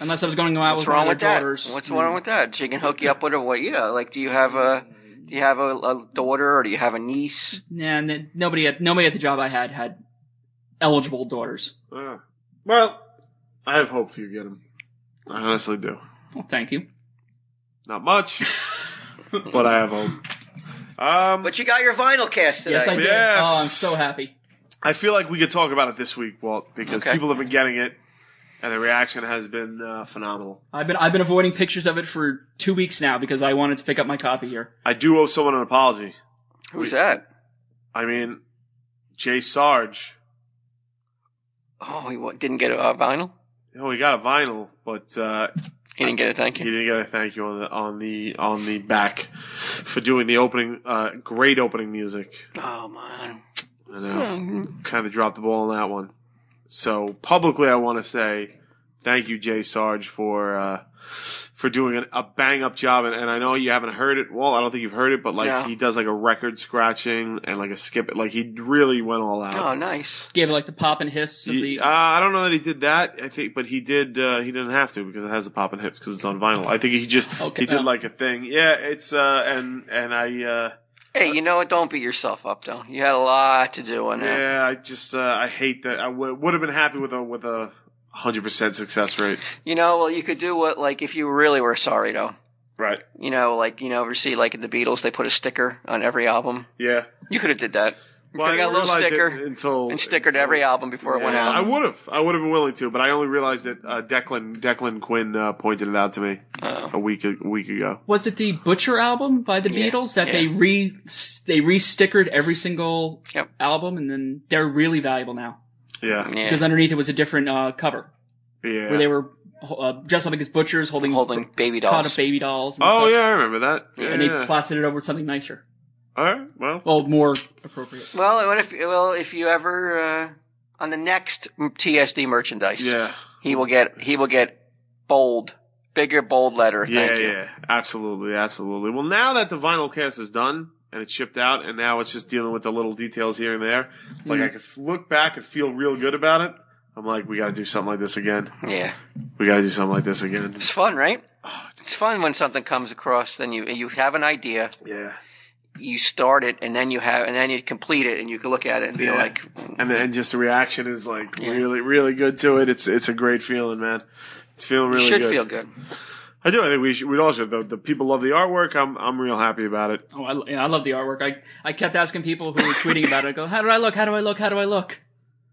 F: unless I was going out
E: What's
F: with one
E: wrong
F: of
E: with
F: their
E: that?
F: daughters, Mm-hmm.
E: What's wrong with that? She can hook you up with a what? You know, like do you have a do you have a, a daughter or do you have a niece?
F: Nah, n- nobody at nobody at the job I had had eligible daughters.
D: Uh, well, I have hope for you. Get him. I honestly do.
F: Well, thank you.
D: Not much, but I have hope. Um,
E: But you got your vinyl cast today.
F: Yes, I did.
D: Yes.
F: Oh, I'm so happy.
D: I feel like we could talk about it this week, Walt, because
E: Okay.
D: people have been getting it, and the reaction has been uh, phenomenal.
F: I've been I've been avoiding pictures of it for two weeks now because I wanted to pick up my copy here.
D: I do owe someone an apology.
E: Who's that?
D: I mean, Jay Sarge.
E: Oh, he wa- didn't get a uh, vinyl.
D: You know, oh, he got a vinyl, but uh,
E: He didn't get it. Thank
D: he
E: you.
D: didn't get a thank you on the on the on the back for doing the opening. Uh, great opening music.
E: Oh man.
D: I know,
E: Mm-hmm.
D: kind of dropped the ball on that one. So publicly, I want to say thank you, Jay Sarge, for uh, for doing an, a bang up job. And, and I know you haven't heard it. Well, I don't think you've heard it, but like
E: No.
D: he does like a record scratching and like a skip. Like he really went all out.
E: Oh, nice.
F: Gave it like the pop and hiss of
D: He-
F: the.
D: uh, I don't know that he did that. I think, but he did. Uh, he didn't have to because it has a pop and hip because it's on vinyl. I think he just
F: Okay.
D: he did
F: Oh.
D: like a thing. Yeah, it's uh, and and I uh,
E: Hey, you know what? Don't beat yourself up, though. You had a lot to do on that.
D: yeah, I just uh, I hate that. I w- would have been happy with a with a hundred percent success rate.
E: You know, well, you could do what, like, if you really were sorry, though.
D: Right.
E: You know, like, you know, ever see, like, in the Beatles, they put a sticker on every album.
D: Yeah.
E: You could have did that.
D: Well,
E: could've got
D: didn't
E: a little
D: realize it
E: sticker
D: until
E: And stickered
D: until-
E: every album before it went
D: Yeah, I
E: out.
D: would have. I would have been willing to, but I only realized that uh, Declan Declan Quinn uh, pointed it out to me
E: Oh.
D: a week a week ago.
F: was it the Butcher album by the
E: Yeah,
F: Beatles that
E: yeah.
F: they re they re-stickered every single
E: Yep.
F: album, and then they're really valuable now
D: Yeah.
E: Oh. Yeah.
F: because underneath it was a different uh, cover
D: Yeah.
F: where they were uh, dressed up like as butchers holding
E: holding baby
F: caught up
E: dolls.
F: baby dolls. And
D: Oh
F: such,
D: yeah, I remember that. Yeah.
F: and they plastered it over with something nicer.
D: All right. Well.
F: Well, more appropriate.
E: Well, what if, well, if you ever, uh, on the next TSD merchandise,
D: Yeah.
E: he will get, he will get bold, bigger, bold letter.
D: Yeah,
E: (laughs) Thank you.
D: yeah, absolutely, absolutely. Well, now that the vinyl cast is done and it's shipped out, and now it's just dealing with the little details here and there, like
E: Hmm.
D: I could f- look back and feel real good about it. I'm like, we got to do something like this again.
E: Yeah.
D: We got to do something like this again.
E: It's fun, right? It's fun when something comes across, then you, you have an idea.
D: Yeah,
E: you start it and then you have and then you complete it and you can look at it and be
D: Yeah.
E: like
D: and then just the reaction is like
E: Yeah.
D: really, really good to it. It's it's a great feeling, man. It's feeling
E: you
D: really
E: should
D: good.
E: feel good (clears throat)
D: I do. I think we should, we all should. The, the people love the artwork. I'm I'm real happy about it.
F: Oh, I, yeah, I love the artwork. I, I kept asking people who were tweeting about it. I go, how do I look? How do I look? How do I look?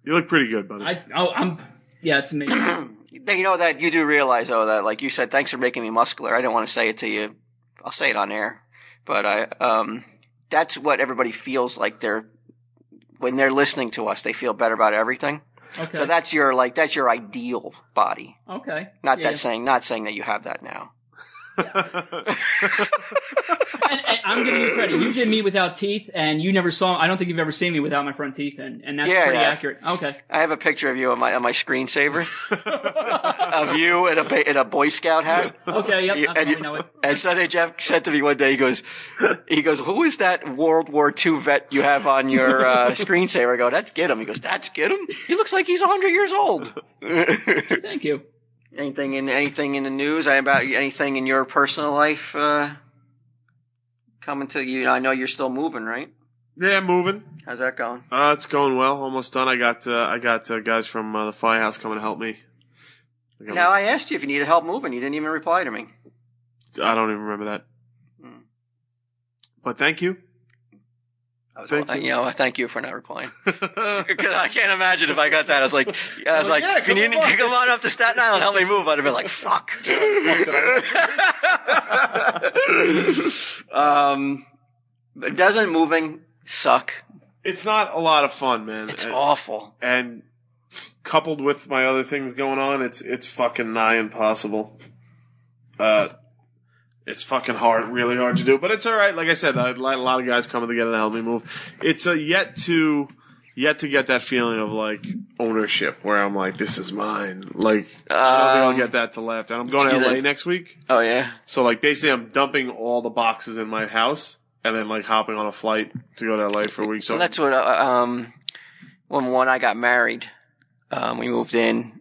D: You look pretty good, buddy.
F: I oh, I'm yeah,
E: (coughs)
F: it's amazing.
E: Then you know that you do realize though that like you said thanks for making me muscular i didn't want to say it to you i'll say it on air but i um that's what everybody feels like they're when they're listening to us they feel better about everything
F: Okay.
E: So that's your like that's your ideal body.
F: okay.
E: Not
F: Yeah,
E: that saying not saying that you have that now.
F: yeah. And- and I'm giving you credit. You did me without teeth, and you never saw. I don't think you've ever seen me without my front teeth, and, and that's
E: Yeah,
F: pretty
E: yeah.
F: accurate.
E: (laughs)
F: Okay.
E: I have a picture of you on my on my screensaver of you in a ba- in a Boy Scout (laughs) hat.
F: Okay. Yep.
E: You-
F: I
E: and
F: probably
E: you- (laughs)
F: know it.
E: And Sunday Jeff said to me one day, he goes, he goes, who is that World War II vet you have on your uh, (laughs) screensaver? I go, that's Gidim. He goes, that's Gidim. He looks like he's hundred years old.
F: Thank you.
E: (laughs) anything in anything in the news? I about anything in your personal life uh, coming to you? I know you're still moving, right?
D: (laughs) yeah, moving.
E: How's that going?
D: Uh, it's going well. Almost done. I got uh, I got uh, guys from uh, the firehouse coming to help me. I, got-
E: Now I asked you if you needed help moving. You didn't even reply to me.
D: I don't even remember that.
E: Hmm.
D: But thank you.
E: I was,
D: Thank
E: uh,
D: you.
E: you know, I thank you for not (laughs) replying.
D: yeah,
E: Because I can't imagine if I got that. I was like, I was like,
D: yeah,
E: if you
D: come
E: need to come on up to Staten Island, help me move. I'd have been like, fuck. um, but doesn't moving suck? Uh,
D: it's not a lot of fun, man.
E: It's
D: and,
E: awful.
D: and coupled with my other things going on, it's it's fucking nigh impossible. Uh, it's fucking hard, really hard to do, but it's all right. Like I said, I, a lot of guys coming together to help me move. It's uh, yet to yet to get that feeling of like ownership, where I'm like, this is mine. Like I don't think
E: Um,
D: I'll get that till after. And I'm going
E: excuse
D: to LA
E: it.
D: next week.
E: Oh yeah.
D: So like basically, I'm dumping all the boxes in my house and then like hopping on a flight to go to LA for a week. So
E: Well, that's what uh, um when when I got married, um, we moved in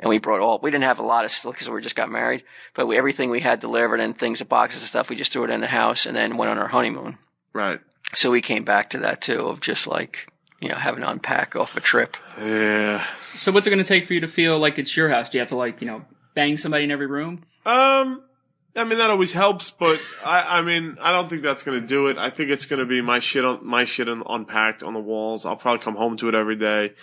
E: and we brought all we didn't have a lot of stuff because we just got married, but we, everything we had delivered and things, the boxes and stuff, we just threw it in the house and then went on our honeymoon.
D: right.
E: So we came back to that too of just like you know having to unpack off a trip.
D: Yeah.
F: So what's it going to take for you to feel like it's your house? Do you have to like you know bang somebody in every room?
D: Um, I mean that always helps, but I, I mean I don't think that's gonna do it. I think it's gonna be my shit on my shit un, unpacked on the walls. I'll probably come home to it every day.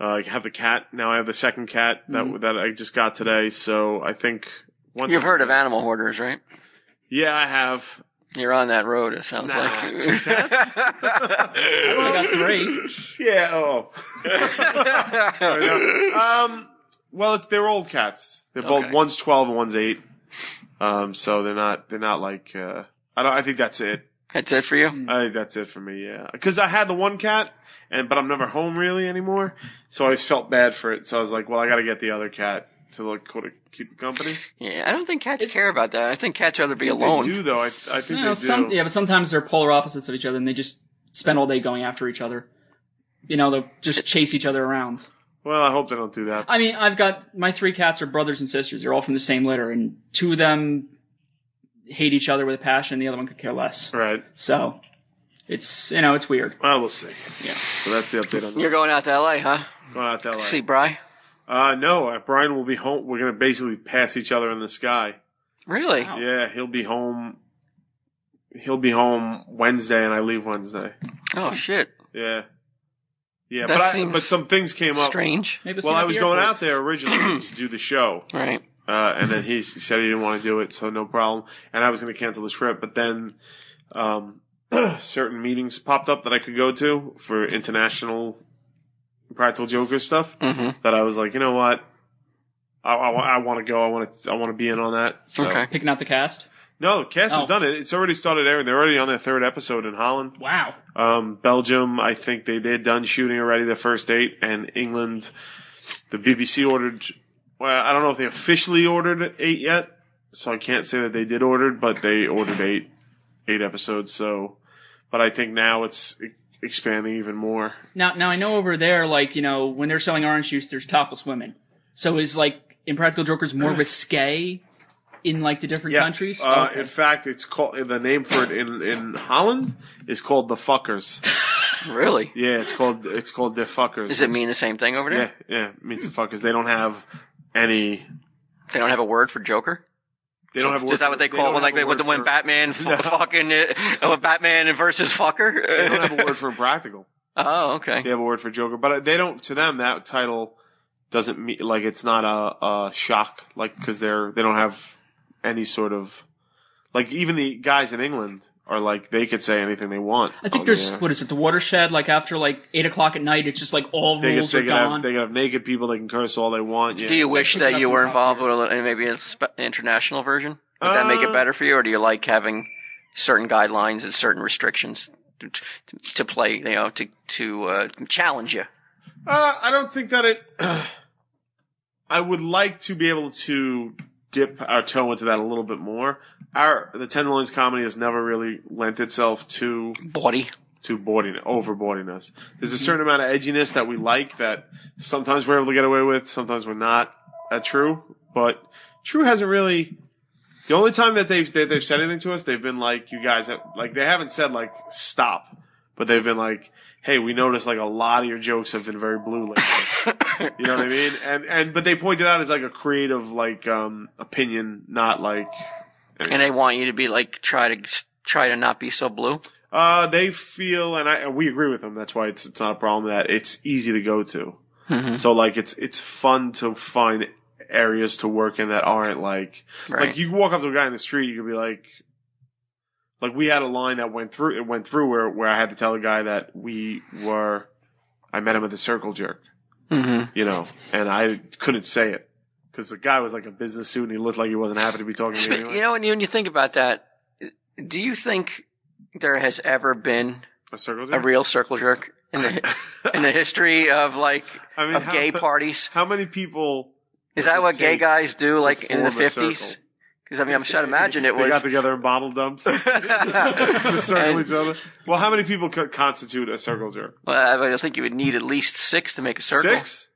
D: Uh, I have the cat now. I have the second cat that that I just got today. So I think once
E: Mm-hmm. You've heard of animal hoarders, right?
D: yeah, I have.
E: You're on that road. It sounds
D: Nah,
E: like
D: two
F: I got three.
E: (laughs)
D: Yeah. Oh. Fair enough. um. Well, it's they're old cats. They're both
E: Okay.
D: one's twelve and one's eight. Um. So they're not they're not like uh. I don't. I think that's it.
E: (laughs) That's it for you.
D: I think that's it for me. Yeah, because I had the one cat, and but I'm never home really anymore, so I always felt bad for it. So I was like, well, I got to get the other cat to like co- to keep it company.
E: Yeah, I don't think cats care about that. I think cats rather be
D: They do
E: alone.
D: though. I, I think
F: You
D: they
F: know,
D: do.
F: some- yeah, but sometimes they're polar opposites of each other, and they just spend all day going after each other. You know, they'll just chase each other around.
D: Well, I hope they don't do that.
F: I mean, I've got my three cats are brothers and sisters. They're all from the same litter, and two of them hate each other with a passion. The other one could care less.
D: Right.
F: So it's you know it's weird.
D: Well, we'll see.
F: Yeah.
D: So that's the update on that.
E: You're going out to L.A., huh?
D: Going out to LA.
E: See, Bry.
D: Uh, no, uh, Brian will be home. We're gonna basically pass each other in the sky.
E: Really?
F: Wow.
D: Yeah, he'll be home. He'll be home Wednesday, and I leave Wednesday.
E: Oh shit!
D: Yeah. Yeah,
E: That
D: but I,
E: seems
D: but some things came up.
E: Strange.
F: Maybe we'll see
D: Well,
F: him at
D: I
F: the
D: was going
F: airport.
D: out there
E: (clears throat)
D: originally to do the show,
E: Right.
D: uh, and then he s- said he didn't want to do it, so no problem. And I was going to cancel the trip, but then um, (clears throat) certain meetings popped up that I could go to for international practical joker stuff.
E: hmm
D: That I was like, you know what, I, want to go. I want to. I want to be in on that. So.
E: Okay.
F: picking out the cast.
D: No, Cass has
F: Oh.
D: done it. It's already started airing. They're already on their third episode in Holland.
F: Wow.
D: Um, Belgium, I think they they're done shooting already their first date, and England, the BBC ordered. Well, I don't know if they officially ordered eight yet, so I can't say that they did order, but they ordered eight eight episodes. So, but I think now it's e- expanding even more.
F: Now, now I know over there, like you know, when they're selling orange juice, there's topless women. So is like Impractical Jokers more risque in like the different countries?
D: Uh,
F: Okay.
D: In fact, it's called the name for it in in Holland is called the fuckers.
E: Really?
D: yeah, it's called it's called the fuckers.
E: Does it mean the same thing over there?
D: Yeah, yeah, it means the fuckers. They don't have any.
E: They don't have a word for Joker.
D: They don't have. a
E: Is
D: word
E: that
D: for-
E: what they
D: they
E: call
D: don't
E: it? Like
D: have a
E: when
D: word
E: when
D: for-
E: Batman f- fucking uh, when Batman versus fucker?
D: (laughs) They don't have a word for impractical.
E: (laughs) oh, okay.
D: They have a word for Joker, but they don't. To them, that title doesn't mean like it's not a, a shock, like because they're they don't have any sort of like even the guys in England are like they could say anything they want. Oh,
F: I think
D: on
F: there's
D: the air.
F: what is it? The watershed. Like after like eight o'clock at night, it's just like all
D: they could
F: rules
D: they
F: are
D: could have
F: gone.
D: they could have naked people. They can curse all they want. Yeah,
E: do you
D: it's
E: wish
F: like-
E: that you were involved with a, maybe an international version? Would that make
D: Uh,
E: it better for you, or do you like having certain guidelines and certain restrictions to, to, to play? You know, to to uh, challenge you.
D: Uh, I don't think that it. (sighs) I would like to be able to dip our toe into that a little bit more. Our the Tenderloins comedy has never really lent itself to
E: Body.
D: to boarding overboarding us. There's a certain amount of edginess that we like that sometimes we're able to get away with, sometimes we're not at True. But True hasn't really. The only time that they've that they've said anything to us, they've been like, "You guys, have, like they haven't said like stop," but they've been like, "Hey, we noticed like a lot of your jokes have been very blue lately." you know what I mean? And and but they pointed out as like a creative like um opinion, not like
E: And they want you to be like try to try to not be so blue.
D: Uh, they feel, and I and we agree with them. That's why it's it's not a problem that it's easy to go to.
E: Mhm.
D: So like it's it's fun to find areas to work in that aren't like
E: Right.
D: like you can walk up to a guy in the street, you could be like, like we had a line that went through it went through where where I had to tell a guy that we were, I met him at the Circle Jerk,
E: hmm
D: you know, and I couldn't say it because the guy was like a business suit and he looked like he wasn't happy to be talking to me. Anyway.
E: (laughs) You know, when you, when you think about that, do you think there has ever been
D: a Circle
E: a
D: Jerk.
E: real circle jerk
D: (laughs)
E: in the in the history of like
D: I mean,
E: of
D: how-
E: gay parties?
D: How many people?
E: Is that what gay
D: take
E: guys do,
D: to
E: like in the
D: form a
E: fifties?
D: circle.
E: Because I mean, I'm sure imagine it
D: They got (laughs)
E: (laughs) was.
D: together in bottle dumps to circle
E: And-
D: each other. Well, how many people could constitute a circle jerk?
E: well, I would think you would need at least six to make a circle.
D: Six?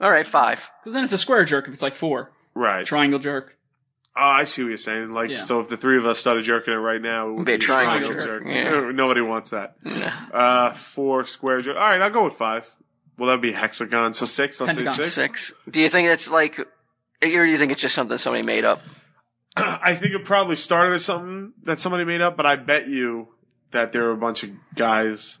E: All right, five.
F: 'Cause then it's a square jerk if it's like four.
D: Right. Oh,
F: Triangle jerk.
D: I see what you're saying. Like,
F: Yeah.
D: so if the three of us started jerking it right now, it would
E: Be a triangle
F: jerk.
E: Yeah.
D: Nobody wants that.
E: No.
D: Uh, four square jerk. All right, I'll go with five. Well, that'd be hexagon. So six. Let's
F: Pentagon.
D: say six.
E: Six. Do you think that's like, or do you think it's just something somebody made up?
D: (clears throat) I think it probably started as something that somebody made up, but I bet you that there were a bunch of guys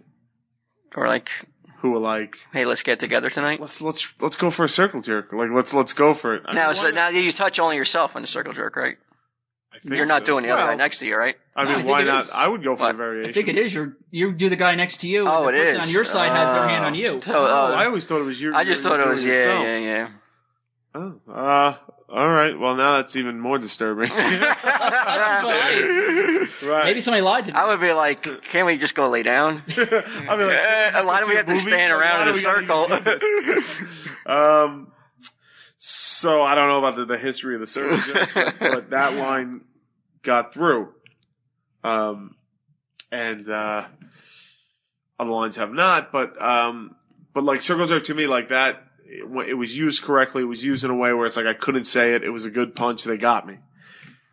E: Or like,
D: who were like,
E: hey, let's get together tonight?
D: let's let's let's go for a circle jerk. Like, let's let's go for it. I
E: Now,
D: mean,
E: so
D: why not?
E: now you touch only yourself on the circle jerk, right?
D: I think
E: You're not
D: so.
E: doing the
D: Well,
E: other guy next to you, right?
D: I
F: No, I
D: mean,
F: think
D: why
F: it
D: not?
F: is.
D: I would go for
E: What?
D: the variation.
F: I think it is. You're you do the guy next to you.
E: Oh,
F: and the
E: it
F: person
E: is.
F: On your side has their hand on you.
E: So,
D: Oh,
E: uh,
D: I always thought it was your.
E: I just
D: your-
E: thought it
D: doing
E: was yeah,
D: yourself.
E: yeah, yeah.
D: Oh, uh, all right. Well, now that's even more disturbing. (laughs)
F: (laughs)
D: right.
F: Maybe somebody lied to me.
E: I would be like, can we just go lay down?
D: (laughs) I mean,
E: Eh, why do we have to stand around in a circle?
D: um. So I don't know about the, the history of the circle, jerk, but, but
E: (laughs)
D: that line got through. Um, and uh, other lines have not, but um, but like circle jerk to me like that. It, wa- it was used correctly. It was used in a way where it's like I couldn't say it. It was a good punch. They got me.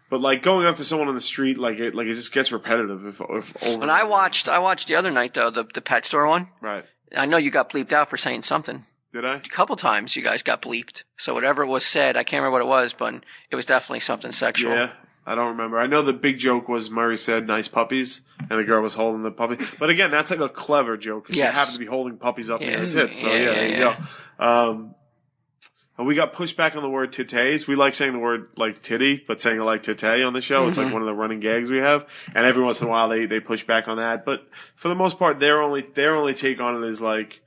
D: But like going up to someone on the street, like it, like it just gets repetitive. If, if over
E: When I watched, I watched the other night though, the the pet store one.
D: right?
E: I know you got bleeped out for saying something.
D: Did I?
E: A couple times you guys got bleeped. So whatever it was said, I can't remember what it was, but it was definitely something sexual.
D: Yeah, I don't remember. I know the big joke was Murray said "nice puppies," and the girl was holding the puppy. But again, that's like a clever joke because
E: Yes.
D: you happen to be holding puppies up
E: Yeah.
D: near her tits. So yeah,
E: Yeah, yeah,
D: there you
E: yeah.
D: go. Um, and we got pushed back on the word titties. We like saying the word like titty, but saying it like titty on the show is
E: Mm-hmm.
D: like one of the running gags we have. And every once in a while they, they push back on that. But for the most part, their only their only take on it is like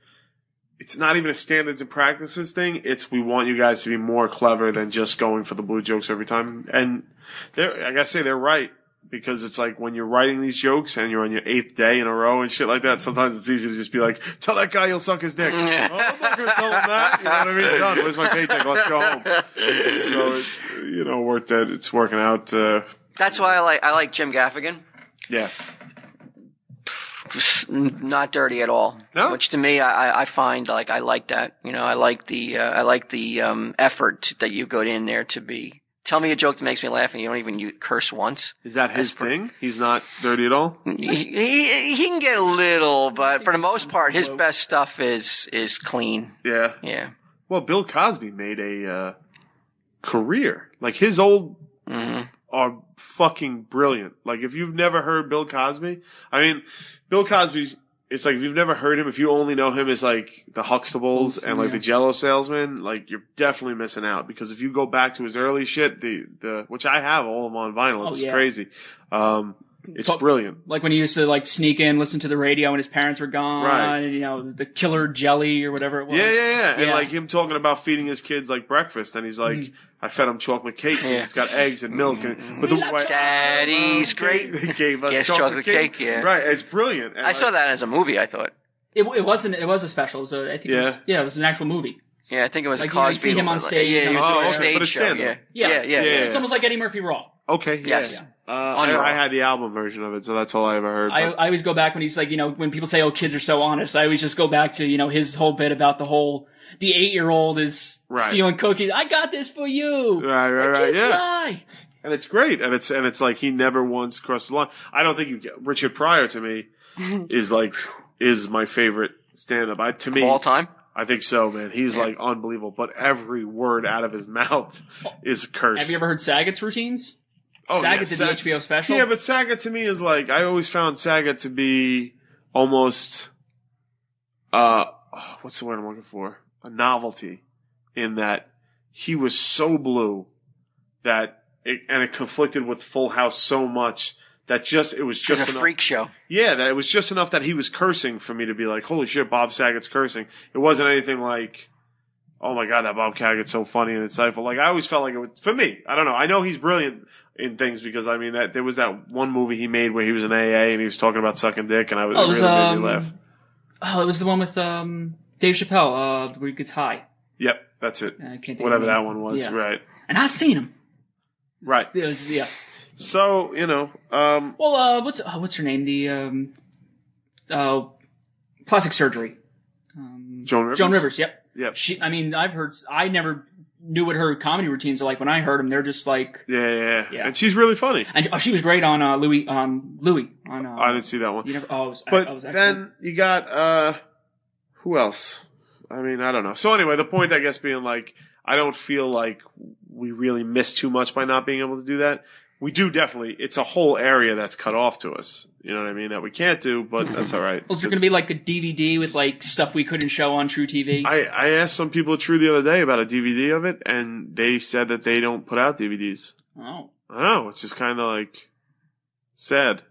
D: it's not even a standards and practices thing. It's we want you guys to be more clever than just going for the blue jokes every time. And they're, I gotta say, they're right because it's like when you're writing these jokes and you're on your eighth day in a row and shit like that. Sometimes it's easy to just be like, "Tell that guy you'll suck his dick." oh, I'm not gonna tell him that. You know what I mean? Done. Where's my paycheck? Let's go home. So it, you know, worked out. It's working out. Uh,
E: That's why I like I like Jim Gaffigan.
D: yeah,
E: Just n- Not dirty at all.
D: No?
E: Which to me, I, I- I find like I like that. You know, I like the uh, I like the um, effort that you go in there to be. Tell me a joke that makes me laugh, and you don't even u- curse once.
D: is that his thing? He's not dirty at all.
E: he, he, he can get a little, but for the most part, his best stuff is is clean.
D: Yeah.
E: Yeah.
D: Well, Bill Cosby made a uh, career. Like his old
E: Mhm.
D: are fucking brilliant. Like if you've never heard Bill Cosby, I mean, Bill Cosby's. It's like if you've never heard him, if you only know him as like the Huxtables and like the Jello salesman, like you're definitely missing out because if you go back to his early shit, the the which I have all of them on vinyl,
F: Oh,
D: it's
F: yeah.
D: crazy. Um, It's
F: Talk-
D: brilliant.
F: Like when he used to like sneak in, listen to the radio when his parents were gone.
D: Right.
F: You know, the killer jelly or whatever it was.
D: yeah, yeah, yeah, And
F: yeah. Mm.
D: like him talking about feeding his kids like breakfast, and he's like, "I fed him chocolate cake. 'cause
E: Yeah.
D: It's got eggs and milk." And,
F: Mm-hmm.
D: but the way
E: Mm-hmm. Daddy's
D: (laughs)
E: great.
D: they gave us
E: Yes,
D: chocolate,
E: chocolate
D: cake.
E: cake, yeah.
D: right. It's brilliant. And,
E: I saw
D: like,
E: that as a movie. I thought.
F: It, it wasn't. It was a special. So I think. Yeah. It was,
D: Yeah.
F: yeah. It was an actual movie.
E: Yeah, I think it was
F: Like,
E: a
F: you know, you
E: Cosby.
F: see him on
E: one, like-
F: stage,
E: Yeah,
F: on
E: it was
F: the
E: a
F: stage.
E: stage
D: Oh, But it's
E: show.
D: stand-up.
E: Yeah. Yeah, yeah,
D: Yeah.
E: yeah.
F: It's almost like Eddie Murphy Raw.
D: Okay.
E: Yes.
D: Yeah.
F: Yeah.
D: Uh,
E: On Raw.
D: I, I had the album version of it, so that's all I ever heard.
F: I,
D: but-
F: I always go back when he's like, you know, when people say, "Oh, kids are so honest," I always just go back to you know his whole bit about the whole the eight year old is
D: Right.
F: stealing cookies. I got this for you.
D: right, right, right.
F: Kids
D: Yeah.
F: lie.
D: and it's great, and it's and it's like he never once crossed the line. I don't think you get Richard Pryor to
F: (laughs)
D: me is like is my favorite stand up. I to me,
E: All time.
D: I think so, man. He's like unbelievable, but every word out of his (laughs) mouth is cursed.
F: Oh. Have you ever heard Saget's routines? Saget did
D: Oh, Sag-
F: the HBO special.
D: Yeah, but Saga to me is like I always found Saga to be almost uh what's the word I'm looking for? A novelty in that he was so blue that it, and it conflicted with Full House so much that just it was
E: It was
D: just
E: a
D: enough.
E: freak show.
D: Yeah, that it was just enough that he was cursing for me to be like, "Holy shit, Bob Saget's cursing." It wasn't anything like, "Oh my god, that Bob Saget's so funny and insightful." Like I always felt like it was for me. I don't know. I know he's brilliant in things because I mean that there was that one movie he made where he was in AA and he was talking about sucking dick, and I was,
F: Oh,
D: it
F: it was,
D: really
F: um,
D: made me laugh.
F: oh, it was the one with um Dave Chappelle uh, where he gets high. Uh,
D: Yep, that's it.
F: I can't think of
D: Whatever
F: the
D: that
F: name.
D: one was,
F: Yeah.
D: right?
F: And I've seen him.
D: Right.
F: It was, yeah.
D: So you know, um,
F: Well, uh, what's oh, what's her name? The um, uh, plastic surgery. Um,
D: Joan Rivers.
F: Joan Rivers. Yep.
D: Yep.
F: She. I mean, I've heard. I never knew what her comedy routines are like. When I heard them, they're just like.
D: Yeah, yeah, yeah.
F: Yeah.
D: And she's really funny.
F: And oh, she was great on uh, Louis. On Louis. On. Uh,
D: I didn't see that one.
F: You never. Oh, it was,
D: But
F: I, was excellent.
D: then you got uh who else? I mean, I don't know. So anyway, the point I guess being like I don't feel like we really miss too much by not being able to do that. We do definitely. It's a whole area that's cut off to us. You know what I mean? That we can't do, but that's all right.
F: (laughs) Well, is there going to be like a DVD with like stuff we couldn't show on True TV?
D: I, I asked some people at True the other day about a DVD of it, and they said that they don't put out DVDs.
F: oh.
D: I don't know. It's just kind of like sad.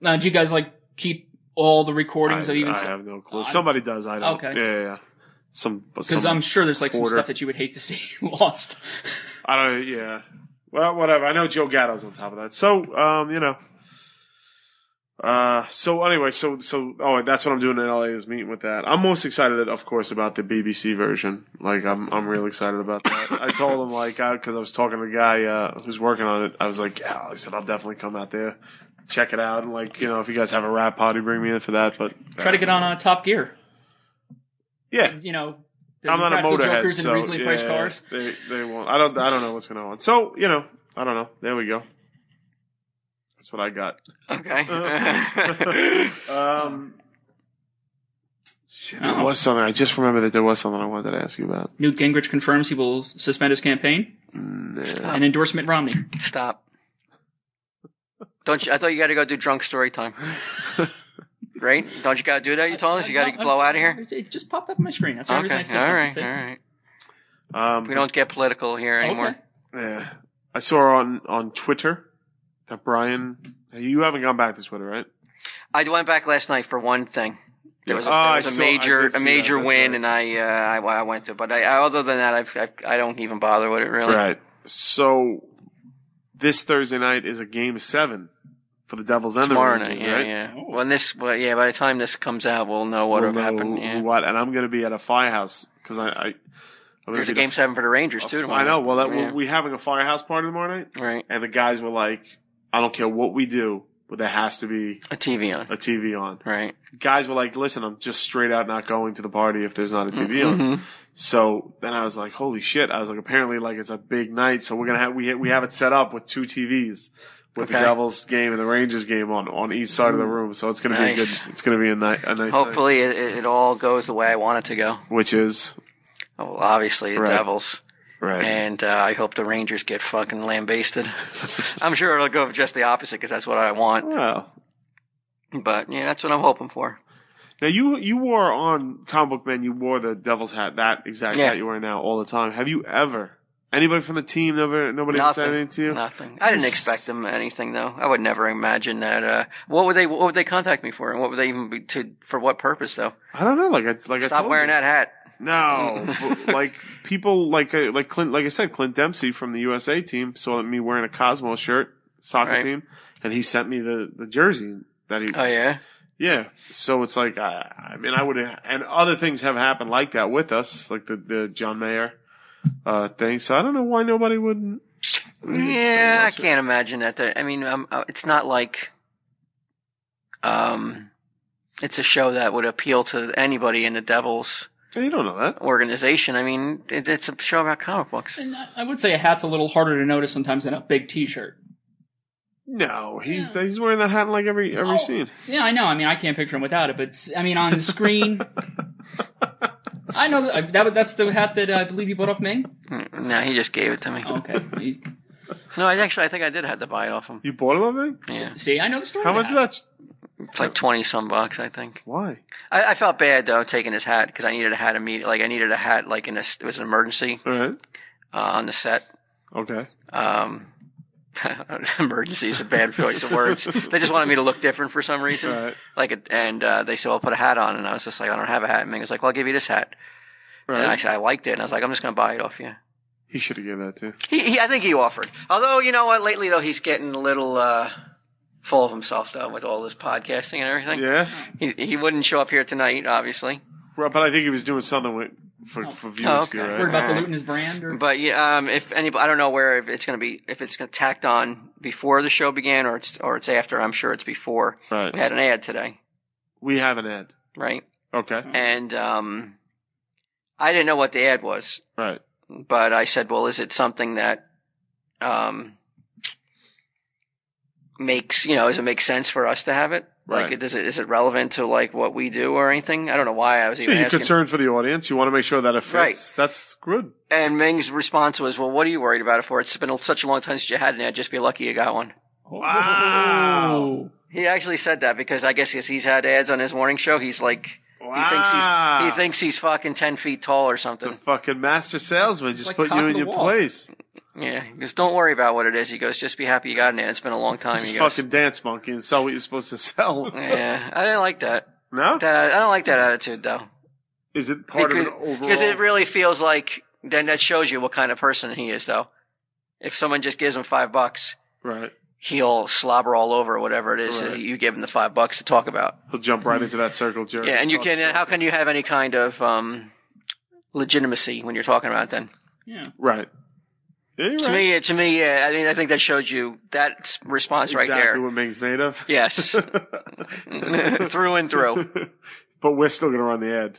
F: Now, do you guys like keep all the recordings
D: I,
F: of even?
D: I have no clue.
F: I-
D: Somebody does. I don't.
F: Okay.
D: Yeah, yeah. yeah. Some
F: Because
D: some-
F: I'm sure there's like
D: Porter.
F: some stuff that you would hate to see (laughs) lost.
D: I don't. Yeah. Well, whatever. I know Joe Gatto's on top of that. So, um, you know. Uh, so anyway, so so oh, that's what I'm doing in LA is meeting with that. I'm most excited, of course, about the BBC version. Like, I'm I'm real excited about that. I told him like because I, was talking to the guy uh, who's working on it. I was like, yeah, I said I'll definitely come out there, check it out, and like you know if you guys have a rap party, bring me in for that. But
F: Try to get on uh, Top Gear.
D: yeah,
F: You know, the
D: I'm not a
F: practical
D: motorhead,
F: jokers
D: so
F: and reasonably priced
D: yeah,
F: cars.
D: They they won't. I don't I don't know what's going on. So you know I don't know. There we go. That's what I got.
E: Okay.
D: Um, shit, there
F: Oh.
D: was something. I just remember that there was something I wanted to ask you about.
F: Newt Gingrich confirms he will suspend his campaign
D: Mm,
F: and endorse Mitt Romney.
E: (laughs) Stop. Don't you? I thought you got to go do drunk
D: (laughs)
E: story time. Right? Don't you got to do that? You told us you got to blow out of here.
F: It just popped up on my screen. That's the only
E: Okay. All
F: reason I said
E: right. All
F: something.
E: right.
D: Um,
E: We don't get political here
F: Okay.
E: anymore.
D: yeah. I saw on on Twitter that Brian. You haven't gone back to Twitter, right?
E: I went back last night for one thing. There was a,
D: Oh, I
E: there was a
D: saw- I
E: major
D: did see
E: a major
D: that, that's
E: win,
D: right.
E: and I, uh, I I went to. But I, I, other than that, I've, I've I don't even bother with it really.
D: Right. So this Thursday night is a game seven for the Devils and
E: Tomorrow
D: the
E: night,
D: Rangers,
E: yeah,
D: right?
E: yeah. When this, well, yeah, by the time this comes out, we'll know what
D: We'll
E: have
D: know
E: happened. Yeah.
D: What? And I'm going to be at a firehouse because I. I I'm gonna
E: There's
D: be
E: a
D: the
E: game seven for the Rangers too.
D: I know. Well, that,
E: Yeah.
D: we're, we having a firehouse party tomorrow night,
E: right?
D: and the guys were like, "I don't care what we do, but there has to be
E: A TV on,
D: a TV on."
E: right?
D: Guys were like, "Listen, I'm just straight out not going to the party if there's not a TV on."
E: Mhm.
D: So then I was like, "Holy shit!" I was like, "Apparently, like it's a big night, so we're gonna have we we have it set up with two TVs." With the
E: Okay.
D: Devils game and the Rangers game on, on each side of the room, so it's gonna be a
E: Nice.
D: good. It's gonna be a, ni- a nice. night.
E: Hopefully, it, it it all goes the way I want it to go.
D: which is
E: Well, obviously, the
D: Right.
E: Devils,
D: right.
E: and uh, I hope the Rangers get
D: (laughs)
E: fucking lambasted. I'm sure it'll go just the opposite because that's what I want.
D: Well,
E: But yeah, that's what I'm hoping for.
D: Now you you wore on comic book man. You wore the devil's hat, that exact
E: Yeah.
D: hat you wear now all the time. Have you ever Anybody from the team? Never, nobody said anything to you.
E: Nothing. I didn't expect them anything though. I would never imagine that. Uh, what would they? What would they contact me for? And what would they even be to? For what purpose though?
D: I don't know. Like, I, like I
E: Stop
D: told
E: wearing
D: you.
E: that hat. (laughs)
D: No, but, like people like uh, like Clint, like I said, Clint Dempsey from the USA team saw me wearing a Cosmo shirt, soccer
E: Right.
D: team, and he sent me the the jersey that he.
E: Oh yeah.
D: Yeah, so it's like I, I mean, I would, and other things have happened like that with us, like the the John Mayer uh, thing. So I don't know why nobody wouldn't.
E: Yeah, I can't imagine that. There, I mean, um, uh, it's not like, um, it's a show that would appeal to anybody in the Devils
D: Yeah, You don't know that.
E: organization. I mean, it, it's a show about comic books.
F: And I- I would say a hat's a little harder to notice sometimes than a big T-shirt.
D: No, he's he's wearing that hat in like every every
F: Oh.
D: scene.
F: Yeah, I know. I mean, I can't picture him without it, but s- I mean, on
D: (laughs)
F: the screen, I know that, that was- that's the hat that uh, I believe you bought off Ming. Oh,
E: Mm, No, he just gave it to me.
F: Okay, You-
E: No, I actually, I think I did have to buy it off him.
D: You bought it, I think.
E: Yeah,
F: see, I know the story.
D: How
F: of
D: much is that?
E: it's like twenty some bucks, I think.
D: Why?
E: I, I felt bad though taking his hat because I needed a hat immediately. Like I needed a hat like in a s- it was an emergency
D: All right.
E: uh, on the set.
D: Okay.
E: Um, (laughs) emergency is a bad choice of words. They just wanted me to look different for some reason.
D: Right.
E: Like, a, and uh, they said, "Well, put a hat on," and I was just like, "I don't have a hat." And Ming was like, "Well, I'll give you this hat." And I
D: Right.
E: said, "I liked it," and I was like, "I'm just going to buy it off you."
D: He should have given that to. you.
E: He, he, I think he offered. Although you know what, lately though, he's getting a little uh, full of himself though with all this podcasting and everything.
D: Yeah.
E: He, he wouldn't show up here tonight, obviously.
D: Right, but I think he was doing something with for for viewers
E: Oh. okay.
D: here,
F: Word
D: right?
F: about diluting his brand, or
E: But yeah, um, if any, I don't know where if it's going to be, if it's gonna tacked on before the show began or it's or it's after. I'm sure it's before. We
D: Right.
E: had an ad today,
D: We have an ad.
E: right?
D: Okay.
E: And um, I didn't know what the ad was,
D: Right.
E: but I said, "Well, is it something that um, makes you know? Does it make sense for us to have it? Like,
D: Right.
E: it- does it is it relevant to like what we do or anything? I don't know why I was
D: So
E: even
D: you're
E: asking."
D: concerned for the audience. You want to make sure that it fits.
E: Right.
D: That's good.
E: and Ming's response was, "Well, what are you worried about it for? It's been such a long time since you had an ad. Just be lucky you got one."
D: Wow.
F: Oh.
E: He actually said that because I guess as he's had ads on his morning show, he's like he thinks he's he thinks he's fucking ten feet tall or
D: the
E: something.
D: fucking master salesman just
F: like
D: put
F: cock
D: you
F: of
D: in
F: the
D: your
F: walk.
D: place.
E: Yeah, he goes, "Don't worry about what it is." He goes, "Just be happy you got an ad. It's been a long time."
D: Just
E: He goes,
D: fucking dance monkey and sell what you're supposed to sell.
E: (laughs) "Yeah, I didn't like that.
D: no?
E: that. I don't like that attitude though,
D: Is it part
E: because
D: of an overall?
E: because it really feels like then that shows you what kind of person he is though. If someone just gives him five bucks,
D: right.
E: he'll slobber all over whatever it is
D: Right.
E: that you give him the five bucks to talk about.
D: He'll jump right into that circle, Jerry.
E: Yeah, and you
D: So
E: can.
D: it's-
E: How can you have any kind of um, legitimacy when you're talking about it then?
F: (laughs) Yeah.
D: Right. Yeah, you're
E: To
D: right.
E: me, to me, yeah, I mean, I think that shows you that response
D: exactly
E: right there.
D: what Ming's made of.
E: Yes, (laughs) through and through.
D: (laughs) but we're still gonna run the ad.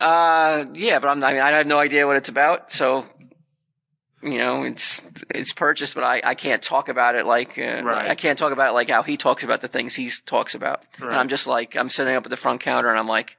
E: Uh, yeah, but I'm not, I, mean, I have no idea what it's about, so you know, it's it's purchased, but I, I can't talk about it like uh,
D: Right.
E: I can't talk about it like how he talks about the things he talks about.
D: Right.
E: And I'm just like I'm sitting up at the front counter, and I'm like,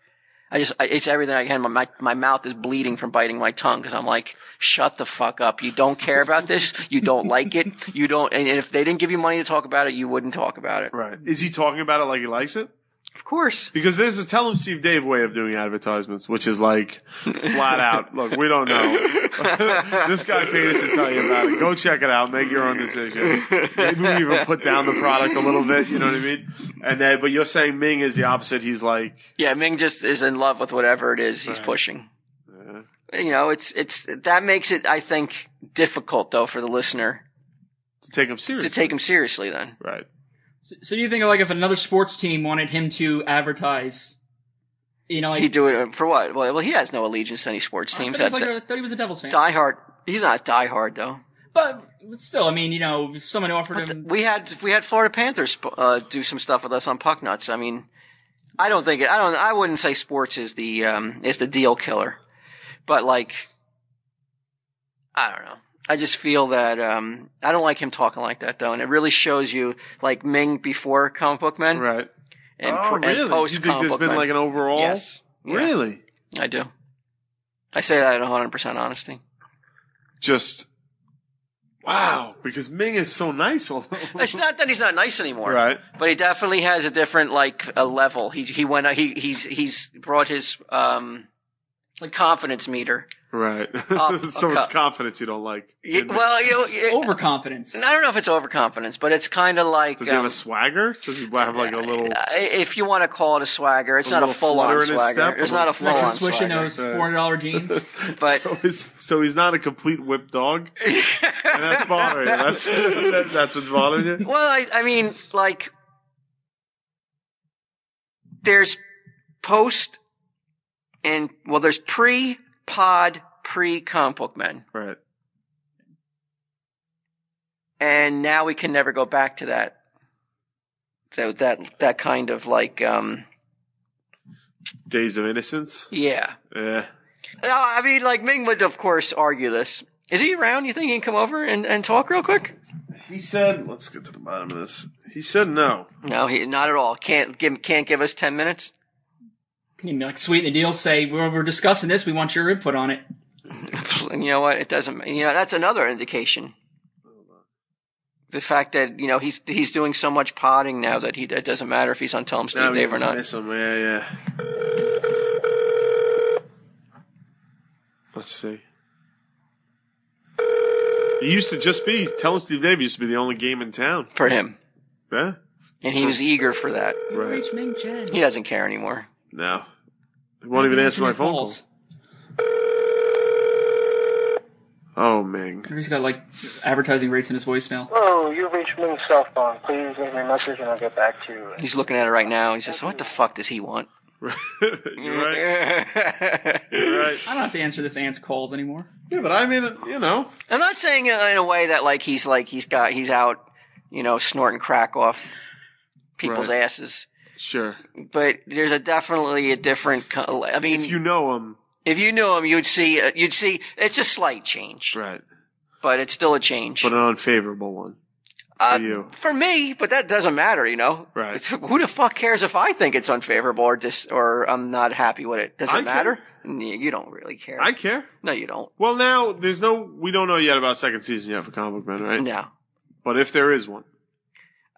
E: I just I, it's everything I can. My my, my mouth is bleeding from biting my tongue because I'm like. Shut the fuck up. You don't care about this. You don't like it. You don't. And if they didn't give you money to talk about it, you wouldn't talk about it.
D: Right. Is he talking about it like he likes it?
E: Of (laughs) course.
D: Because there's a tell him Steve Dave way of doing advertisements, which is like flat out. Look, we don't know. (laughs) this guy paid us to tell you about it. Go check it out. Make your own decision. Maybe we even put down the product a little bit. You know what I mean? And then, but you're saying Ming is the opposite. He's like,
E: Yeah, Ming just is in love with whatever it is he's
D: Right.
E: pushing. You know, it's it's that makes it I think difficult though for the listener
D: to take him
E: to
F: Hmm.
D: seriously.
E: take him seriously then.
D: right.
F: So, so do you think like if another sports team wanted him to advertise, you know, like,
E: He'd do it for what? Well, well he has no allegiance to any sports
F: I
E: teams.
F: thought he was
E: That's
F: like a- I thought he was a Devils fan.
E: diehard. He's not diehard though.
F: But still, I mean, you know, if someone offered him,
E: We had we had Florida Panthers uh, do some stuff with us on Puck Nuts. I mean, I don't think I don't I wouldn't say sports is the um, is the deal killer, but like I don't know. I just feel that um, I don't like him talking like that though, and it really shows you like Ming before comic book men
D: Right.
E: and,
D: oh,
E: pr-
D: really?
E: and post
D: you think
E: comic
D: there's
E: book
D: been
E: men.
D: like an overall?
E: yes, Yeah,
D: Really?
E: I do. I say that in 100 percent honesty.
D: Just wow. Because Ming is so nice. All (laughs)
E: It's not that he's not nice anymore.
D: right.
E: But he definitely has a different like a level. He he went he he's he's brought his um like confidence meter
D: Right. (laughs)
E: Up a
D: Someone's
E: cup.
D: confidence you don't like.
E: Y- uh, well, you know, it-
F: Overconfidence.
E: I don't know if it's overconfidence, but it's kind of like
D: Does he have
E: um,
D: a swagger? Does he have like a little? (laughs)
E: I- if you want to call it a swagger, it's
D: A
E: not a
D: little
E: full on
D: flutter in his
E: swagger.
D: step, a
E: It's not a
D: little
E: full on
F: Extra
D: flutter.
F: swishing
E: swagger.
F: those
D: Uh,
F: four dollar
D: (laughs)
F: jeans.
E: But-
D: so, he's, so he's not a complete whip
E: (laughs)
D: dog. And that's bothering. you. That's that, that's what's bothering you.
E: Well, I, I mean, like, there's post and, well, there's pre pod, pre comic book men.
D: Right.
E: And now we can never go back to that. So that, that kind of like, um,
D: Days of Innocence.
E: yeah.
D: Yeah.
E: No, I mean, like, Ming would, of course, argue this. Is he around? You think he can come over and, and talk real quick?
D: He said, "Let's get to the bottom of this." He said no.
E: No, he not at all. Can't give can't give us ten minutes. (laughs)
F: Can you like sweeten the deal? Say we're, we're discussing this. We want your input on it.
E: And you know what? It doesn't. You know that's another indication. The fact that you know he's he's doing so much potting now that he it doesn't matter if he's on Tell 'em Steve
D: Now we
E: Dave or
D: just
E: not.
D: Miss him. Yeah, yeah. Let's see. It used to just be Tell 'em Steve Dave used to be the only game in town.
E: for him,
D: Yeah.
E: and he was eager for that.
D: Right.
F: Ming Chen.
E: He doesn't care anymore.
D: No. He won't even answer my phone call. Oh, Ming.
F: He's got like advertising rates in his voicemail.
G: Hello, you've reached Ming's cell phone. Please leave me a message and I'll get back to you.
E: He's looking at it right now. He says, "What the fuck does he want?"
D: (laughs) You're right. You're right.
F: I don't have to answer this ant's calls anymore.
D: Yeah, but I mean, you know,
E: (laughs) I'm not saying it in a way that like he's like he's got he's out, you know, snorting crack off people's
D: Right.
E: asses.
D: sure.
E: But there's a definitely a different. co- I mean,
D: If you know him,
E: If you knew him, you'd see uh, you'd see it's a slight change,
D: right,
E: but it's still a change
D: but an unfavorable one.
E: uh,
D: you.
E: For me, but that doesn't matter, you know.
D: Right.
E: It's, who the fuck cares if I think it's unfavorable or dis or I'm not happy with it? Does
D: I
E: it
D: care.
E: matter? N- You don't really care.
D: I care.
E: no, you don't.
D: Well, now there's no. We don't know yet about second season yet for Comic Book Men, right?
E: No,
D: But if there is one,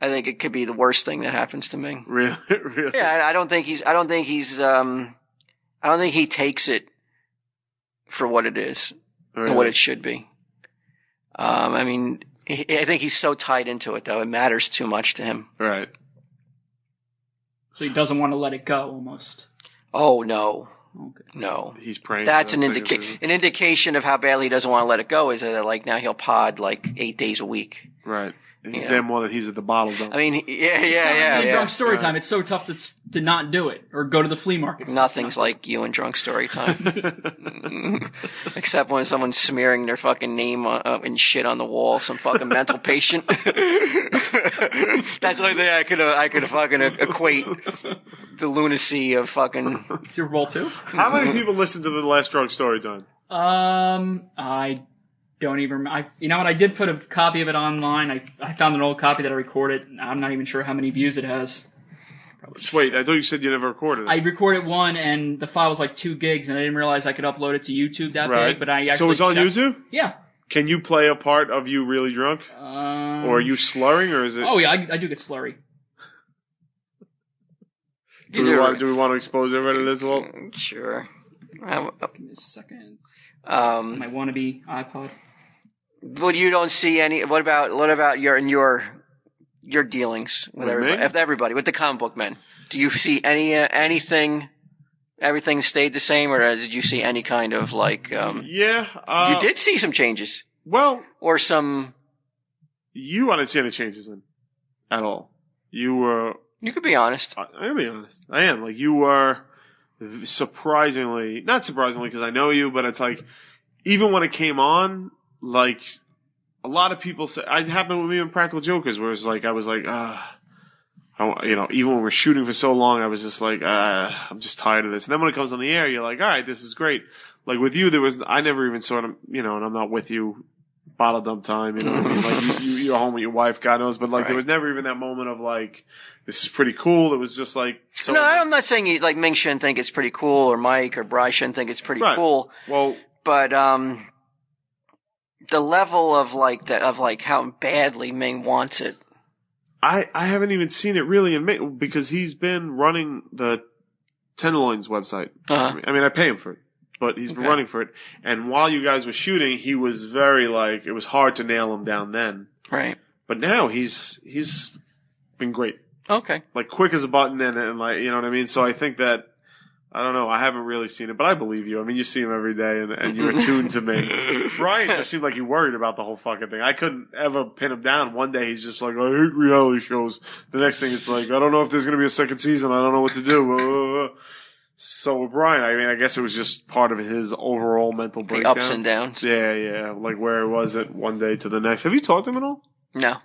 E: I think it could be the worst thing that happens to me.
D: really, (laughs) really,
E: Yeah, I- I don't think he's. I don't think he's. Um, I don't think he takes it for what it is
D: really.
E: and what it should be. Um, I mean, he, I think he's so tied into it though; it matters too much to him.
D: right.
F: So he doesn't want to let it go almost.
E: Oh no,
F: Okay.
E: no.
D: He's praying. for
E: That's
D: that
E: an
D: second
E: indication.
D: season.
E: An indication of how badly he doesn't want to let it go is that like now he'll pod like eight days a week.
D: Right. And He's
E: Yeah.
D: there more than he's at the bottle dump.
E: I mean, he- yeah, yeah, yeah,
F: Even in
E: yeah.
F: Drunk story time. It's so tough to s- to not do it or go to the flea market.
E: Nothing's like you in drunk story time, (laughs) except when someone's smearing their fucking name on, uh, and shit on the wall. Some fucking mental patient. (laughs) That's the only thing I could uh, I could fucking equate the lunacy of fucking.
F: Super Bowl two.
D: How
E: (laughs)
D: many people listened to the last drug story time?
F: Um, I don't even. rem- I you know what? I did put a copy of it online. I I found an old copy that I recorded. I'm not even sure how many views it has.
D: Wait, I thought you said you never recorded it.
F: I recorded one, and the file was like two gigs, and I didn't realize I could upload it to YouTube that big. But I actually
D: so it's on
F: checked-
D: YouTube.
F: Yeah.
D: Can you play a part of you really drunk,
F: Um,
D: or are you slurring, or is it?
F: Oh yeah, I, I do get slurry.
D: do, we want, do we want to expose everybody to this? Well,
E: Sure. I-
F: Give me a second.
E: Um,
F: My wannabe iPod.
E: Well, you don't see any. What about what about your and your your dealings with,
D: With
E: everybody,
D: me?
E: with everybody, with the comic book men? Do you see any uh, anything? Everything stayed the same, or did you see any kind of like? Um,
D: yeah. Uh,
E: you did see some changes,
D: Well,
E: or some.
D: you I didn't see any changes in at all. You were.
E: You could be honest.
D: I- I'm gonna be honest. I am. Like you were v- surprisingly, not surprisingly, because I know you, but it's like even when it came on, like a lot of people say, it happened with me in Practical Jokers, where it's like I was like, ah. I don't- you know, even when we're shooting for so long, I was just like, uh, I'm just tired of this. And then when it comes on the air, you're like, all right, this is great. Like with you, there was, I never even sort of, you know, and I'm not with you bottle dump time, you know what I mean? Like you, you, you're home with your wife, God knows, but like there
E: Right.
D: was never even that moment of like, this is pretty cool. It was just like, so
E: no, I'm not saying you, like Ming shouldn't think it's pretty cool, or Mike or Bry shouldn't think it's pretty
D: Right.
E: cool,
D: well,
E: but um, the level of like the of like how badly Ming wants it.
D: I, I haven't even seen it really in May because he's been running the Tenderloins website.
E: Uh,
D: I mean, I pay him for it. but he's been
F: Okay.
D: running for it. And while you guys were shooting, he was very like it was hard to nail him down then.
E: Right.
D: But now he's he's been great,
E: Okay.
D: like quick as a button, and and like you know what I mean. So I think that. I don't know. I haven't really seen it, but I believe you. I mean, you see him every day, and, and you're attuned to
E: (laughs)
D: me. Ryan just seemed like he worried about the whole fucking thing. I couldn't ever pin him down. One day he's just like, I hate reality shows. The next thing it's like, I don't know if there's going to be a second season. I don't know what to do. Uh, So with Brian, I mean, I guess it was just part of his overall mental
E: The
D: breakdown.
E: ups and downs.
D: Yeah, yeah. Like where it was at one day to the next. Have you talked to him at all?
E: No,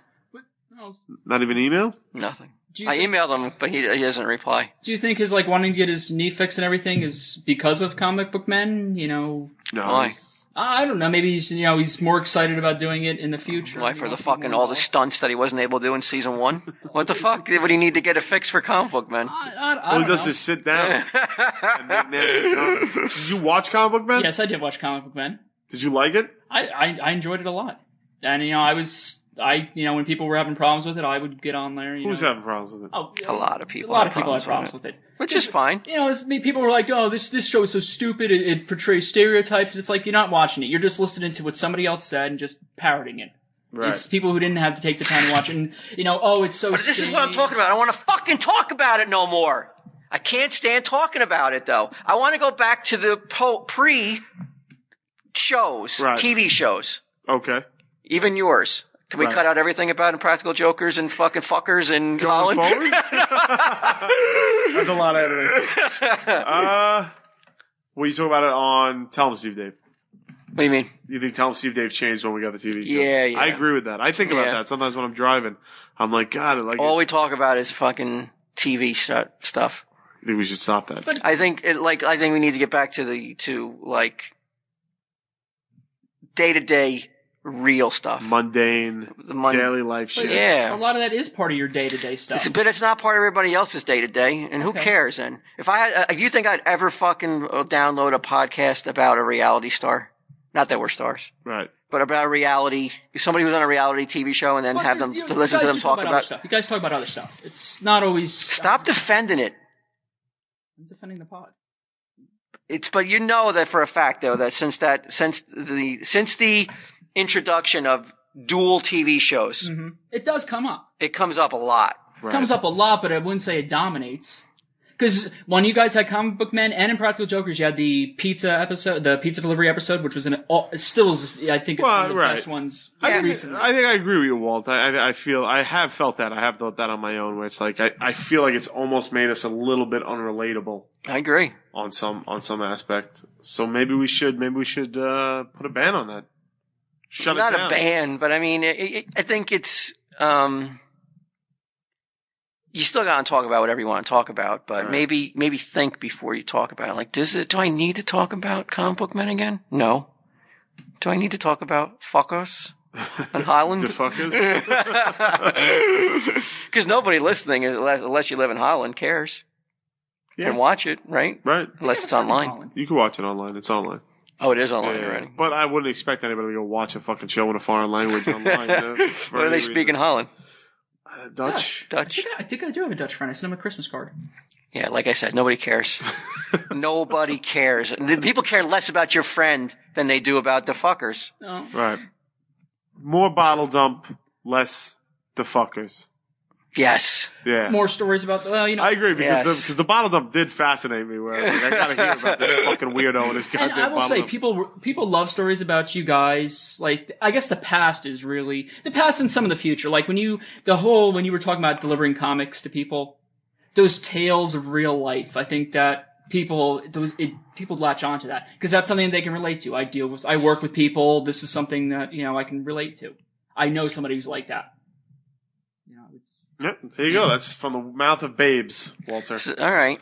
F: No.
D: Not even email?
E: nothing.
F: Oh, Do you,
E: I emailed him, but he, he doesn't reply.
F: do you think his like wanting to get his knee fixed and everything is because of comic book men? You know,
D: No.
E: Why?
F: I don't know. Maybe he's you know he's more excited about doing it in the future.
E: Why
F: He
E: for the
F: wants to be
E: fucking
F: more
E: all the
F: involved.
E: stunts that he wasn't able to do in season one? What the fuck would he need to get a fix for comic book man?
F: I, I, I
D: All he
F: don't
D: does
F: know.
D: is sit down. and make nasty comments. Did you watch Comic Book Man?
F: Yes, I did watch comic book men.
D: Did you like it?
F: I, I I enjoyed it a lot, and you know I was I you know when people were having problems with it, I would get on there. You
D: Who's
F: know.
D: having problems with it?
F: Oh,
E: A lot of people.
F: A lot of people
E: have
F: had problems with it.
E: with it. Which is fine.
F: You know, it's, me- people were like, "Oh, this this show is so stupid. It, it portrays stereotypes." And it's like you're not watching it; you're just listening to what somebody else said and just parroting it. It's people who didn't have to take the time to watch. it. And you know, oh, it's so.
E: But this is what I'm talking about. I don't want to fucking talk about it no more. I can't stand talking about it though. I want to go back to the po- pre shows,
D: Right.
E: TV shows,
D: (laughs) Okay.
E: (laughs) even yours. Can we
D: Right.
E: cut out everything about Impractical Jokers and fucking fuckers and
D: Going
E: Colin?
D: forward? There's a lot of editing. (laughs) Uh, well, you talk about it on Tell 'em Steve Dave.
E: What do you mean?
D: You think Tell 'em Steve Dave changed when we got the TV shows?
E: Yeah, yeah.
D: I agree with that. I think about
E: Yeah.
D: that sometimes when I'm driving. I'm like, God, I like.
E: All
D: it.
E: we talk about is fucking TV stu- stuff.
D: I think we should stop that.
F: But-
E: I think it, like I think we need to get back to the to like day to day real stuff.
D: Mundane
E: The mon-
D: daily life shit.
E: Yeah.
F: A lot of that is part of your day to day
E: It's,
F: stuff.
E: but it's not part of everybody else's day to day, and who
F: Okay.
E: cares? Then, if I had, uh, you think I'd ever fucking uh, download a podcast about a reality star? Not that we're stars,
D: Right.
E: but about a reality somebody who's on a reality TV show, and then
F: Well,
E: have
F: you-
E: them
F: you-
E: to
F: you
E: listen to
F: guys
E: them
F: do
E: talk
F: other
E: about.
F: stuff. You guys talk about other stuff. It's not always
E: Stop defending it.
F: I'm defending the pod.
E: It's but you know that for a fact though that since that since the since the introduction of dual TV shows,
D: Mm-hmm.
F: hmm It does come up.
E: it comes up a lot.
D: Right.
F: comes up a lot, but I wouldn't say it dominates. Because when you guys had comic book men and Impractical Jokers, you had the pizza episode, the pizza delivery episode, which was an all, still is, I think it's one
D: Well,
F: of the
D: right.
F: best ones
D: I, think,
F: recently.
D: I think I agree with you, Walt. I, I, I feel I have felt that. I have thought that on my own, where it's like I, I feel like it's almost made us a little bit unrelatable
E: I agree.
D: on some on some aspect. So maybe we should maybe we should uh, put a ban on that. Shut
E: not
D: it down.
E: a ban, but I mean, it, it, I think it's um, you still got to talk about whatever you want to talk about, but
D: Right.
E: maybe maybe think before you talk about it. Like, does it, do I need to talk about comic book men again? No. Do I need to talk about fuckers
D: (laughs)
E: and Holland?
D: The fuckers.
E: (laughs) Because nobody listening, unless, unless you live in Holland, cares.
D: Yeah.
E: Can watch it, right?
D: right.
E: Unless it's online.
D: You can watch it online. It's online.
E: Oh, it is online
D: Yeah.
E: already.
D: But I wouldn't expect anybody to go watch a fucking show in a foreign language
E: (laughs)
D: online. uh, for
E: what are
D: any
E: they
D: reason.
E: speaking Holland?
D: Uh, Dutch.
F: I
E: Dutch.
F: (laughs) think I, I think I do have a Dutch friend. I sent him a Christmas card.
E: Yeah, like I said,
D: (laughs)
E: nobody cares. nobody cares. The People care less about your friend than they do about the fuckers.
F: No.
D: Right. More bottle dump, less the fuckers.
E: Yes.
D: Yeah.
F: More stories about the, well, you know.
D: I agree because the,
E: Yes.
D: cause the bottle dump did fascinate me. Where I was like, I gotta hear about
E: (laughs)
D: this fucking weirdo and his
F: and
D: goddamn
F: I will
D: bottle
F: say,
D: dump.
F: people people love stories about you guys. Like, I guess the past is really the past and some of the future. Like when you the whole when you were talking about delivering comics to people, those tales of real life. I think that people those it, people latch onto that because that's something they can relate to. I deal with, I work with people. This is something that you know I can relate to. I know somebody who's like that. You know, it's
D: Yep, there you go. That's from the mouth of babes, Walter.
E: So- all right.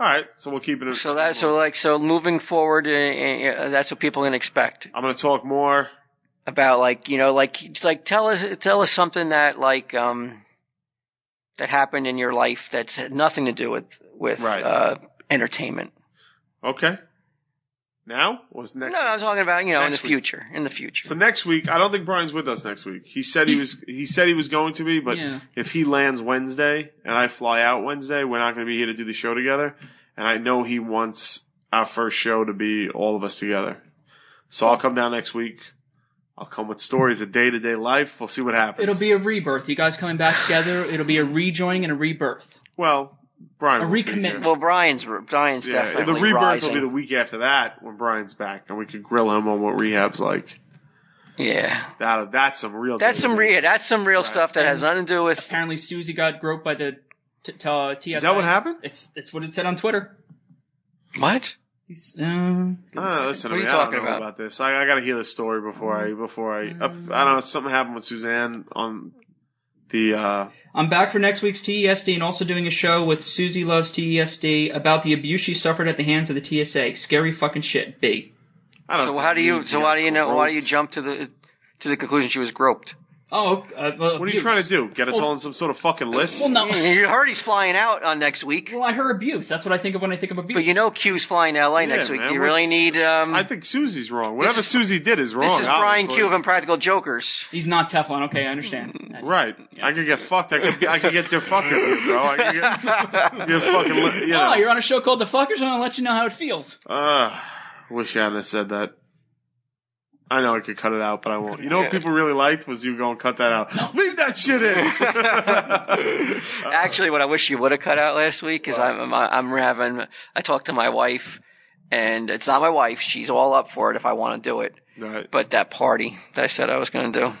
D: All right, so we'll keep it. in-
E: So that so like so moving forward, uh, uh, that's what people can expect
D: I'm gonna talk more.
E: about like you know like just, like tell us tell us something that like um that happened in your life that's had nothing to do with with
D: Right.
E: uh, entertainment.
D: Okay. Now was next.
E: No, I'm talking about you know in
D: Next
E: the
D: week.
E: future. In the future.
D: So next week, I don't think Brian's with us next week. He said he was. He said he was going to be, but
F: Yeah.
D: if he lands Wednesday and I fly out Wednesday, we're not going to be here to do the show together. And I know he wants. our first show to be all of us together. So I'll come down next week. I'll come with stories of day to day life. We'll see what happens.
F: It'll be a rebirth. You guys coming back together? It'll be a rejoining and a rebirth.
D: well, Brian.
F: A
D: won't be here.
F: recommitment.
E: Well, Brian's Brian's
D: Yeah, and
E: definitely
D: the rebirth
E: rising.
D: will be the week after that when Brian's back, and we could grill him on what rehab's like.
E: yeah,
D: That that's some real.
E: that's some
D: day-to-day-
E: real. That's some real stuff that has nothing to do with.
F: Apparently, Susie got groped by the t- t- uh, TSA.
D: Is that what happened?
F: It's it's what it said on Twitter.
E: What?
F: He's, uh,
D: Uh, listen,
E: What
D: I
E: are
D: mean,
E: you
D: I don't
E: talking
D: know
E: about? Mm.
D: about this? I, I got to hear the story before I before I. up I don't know. Something happened with Suzanne on the. uh
F: I'm back for next week's TESD and also doing a show with Susie Loves TESD about the abuse she suffered at the hands of the TSA. Scary fucking shit, B.
D: I don't
E: So how do you? So why do you know? Why do you
D: Gross.
E: jump to the to the conclusion she was groped?
F: Oh, uh, well,
D: What are you trying to do? Get us all on some sort of fucking list?
F: Well, no.
E: You heard he's flying out on next week,
F: Well, I heard abuse. That's what I think of when I think of abuse.
E: but you know Q's flying to LA
D: Yeah,
E: next week.
D: man,
E: Do you
D: what's-
E: really need? Um,
D: I think Susie's wrong. Whatever
E: is-
D: Susie did is wrong.
E: this is Brian
D: obviously.
E: Q of Impractical Jokers.
F: he's not Teflon. Okay, I understand.
D: Mm,
F: Uh,
D: Right. I could get fucked. I could be, I could get their fucking bro. I could get,
E: (laughs)
D: get fucking li- you know.
F: Oh, you're on a show called The Fuckers, and I'll let you know how it feels.
D: Uh, wish I hadn't said that. I know I could cut it out, but I won't. You know what people really liked was you going cut that out. Leave that shit
E: (laughs)
D: in.
E: Actually, what I wish you would have cut out last week is I'm, I'm I'm having I talked to my wife, and it's not my wife. She's all up for it if I want to do it.
D: right. (laughs)
E: But that party that I said I was going to do,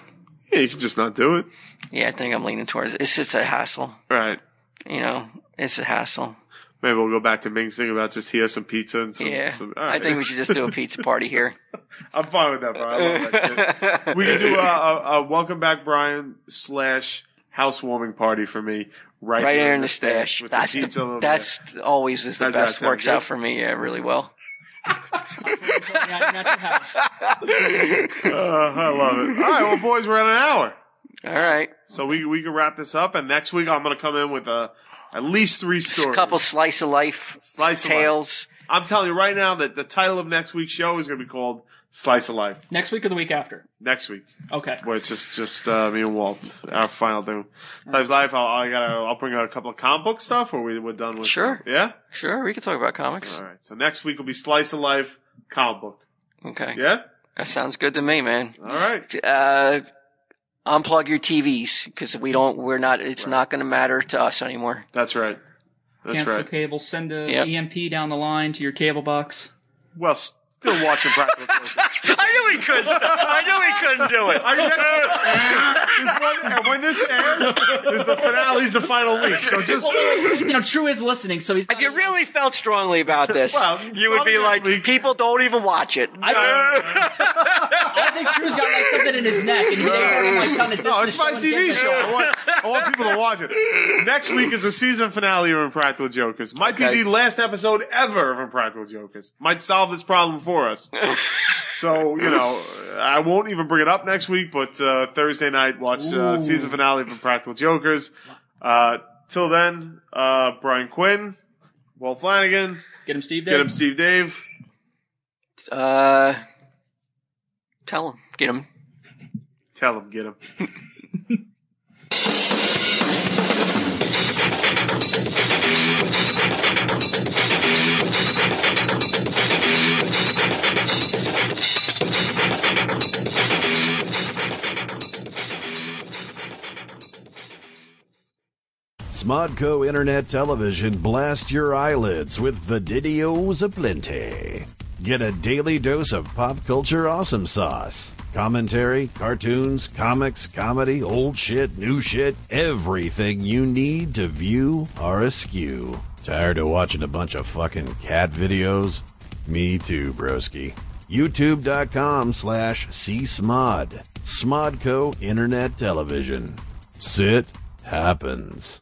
D: Yeah, you could just not do it.
E: yeah, I think I'm leaning towards. It's just a hassle,
D: Right.
E: you know. It's a hassle.
D: Maybe we'll go back to Ming's thing about just here's some pizza and some.
E: Yeah,
D: some- all
E: I
D: right.
E: think we should just do a pizza party here.
D: I'm fine with that, bro. I love that shit.
E: (laughs)
D: we could do a, a, a welcome back Brian slash housewarming party for me (laughs) right,
E: right here in the stash.
D: with
E: That's
D: some pizza
E: the,
D: over there.
E: that's always is the
D: How's that
E: best.
D: sound?
E: Works
D: Good?
E: out for me, yeah, really well.
F: Yeah, I'm at your
D: (laughs)
F: house.
D: Uh, I love it. All right, well, boys, we're at an hour,
E: All right,
D: so we we can wrap this up. And next week, I'm gonna come in with a at least three
E: just a
D: stories.
E: couple slice of life
D: Slice of life.
E: tales.
D: I'm telling you right now that the title of next week's show is gonna be called "Slice of Life."
F: Next week or the week after?
D: Next week,
F: Okay.
D: where it's just just uh, me and Walt, our final thing. Slice of Life. I'll, I gotta I'll bring out a couple of comic book stuff, or we we're done with.
E: Sure.
D: Yeah.
E: Sure, we can talk about comics.
D: All right. So next week will be "Slice of Life" comic book.
E: Okay,
D: Yeah.
E: that sounds good to me, man.
D: All right.
E: Uh, unplug your TVs because we don't. We're not. It's not going to matter to us anymore.
D: That's right. That's
F: Cancel
D: right.
F: cable. Send a
E: Yep.
F: EMP down the line to your cable box.
D: Well, still watching Practical (laughs) Jokers.
E: (laughs) I knew we couldn't. I knew we couldn't do it.
D: Our next one, this one, when this airs, is the finale, is the final week. So just
F: (laughs) you know, True is listening, so he's.
E: If you really felt strongly about this,
D: Well,
E: you would be
D: probably
E: like,
D: next week.
E: people don't even watch it.
D: (laughs)
F: I think True's got like something in his neck, and he didn't want to like kind of.
D: no, Oh, it's my TV show. I want, I want people to watch it. Next week is the season finale of Impractical Jokers. Might
E: Okay.
D: be the last episode ever of Impractical Jokers. Might solve this problem for us. so you know, I won't even bring it up next week. But uh, Thursday night, watch uh,
F: Ooh.
D: season finale of Impractical Jokers. Uh, till then, uh, Brian Quinn, Walt Flanagan,
F: Get him, Steve.
D: get
F: Dave.
D: him, Steve, Dave.
E: Uh, tell him. Get him.
D: Tell him, get him.
A: Smodco Internet Television blast your eyelids with videos aplenty. Get a daily dose of pop culture awesome sauce. Commentary, cartoons, comics, comedy, old shit, new shit, everything you need to view are askew. Tired of watching a bunch of fucking cat videos? Me too, broski. YouTube.com slash csmod. Smodco Internet Television. Sit happens.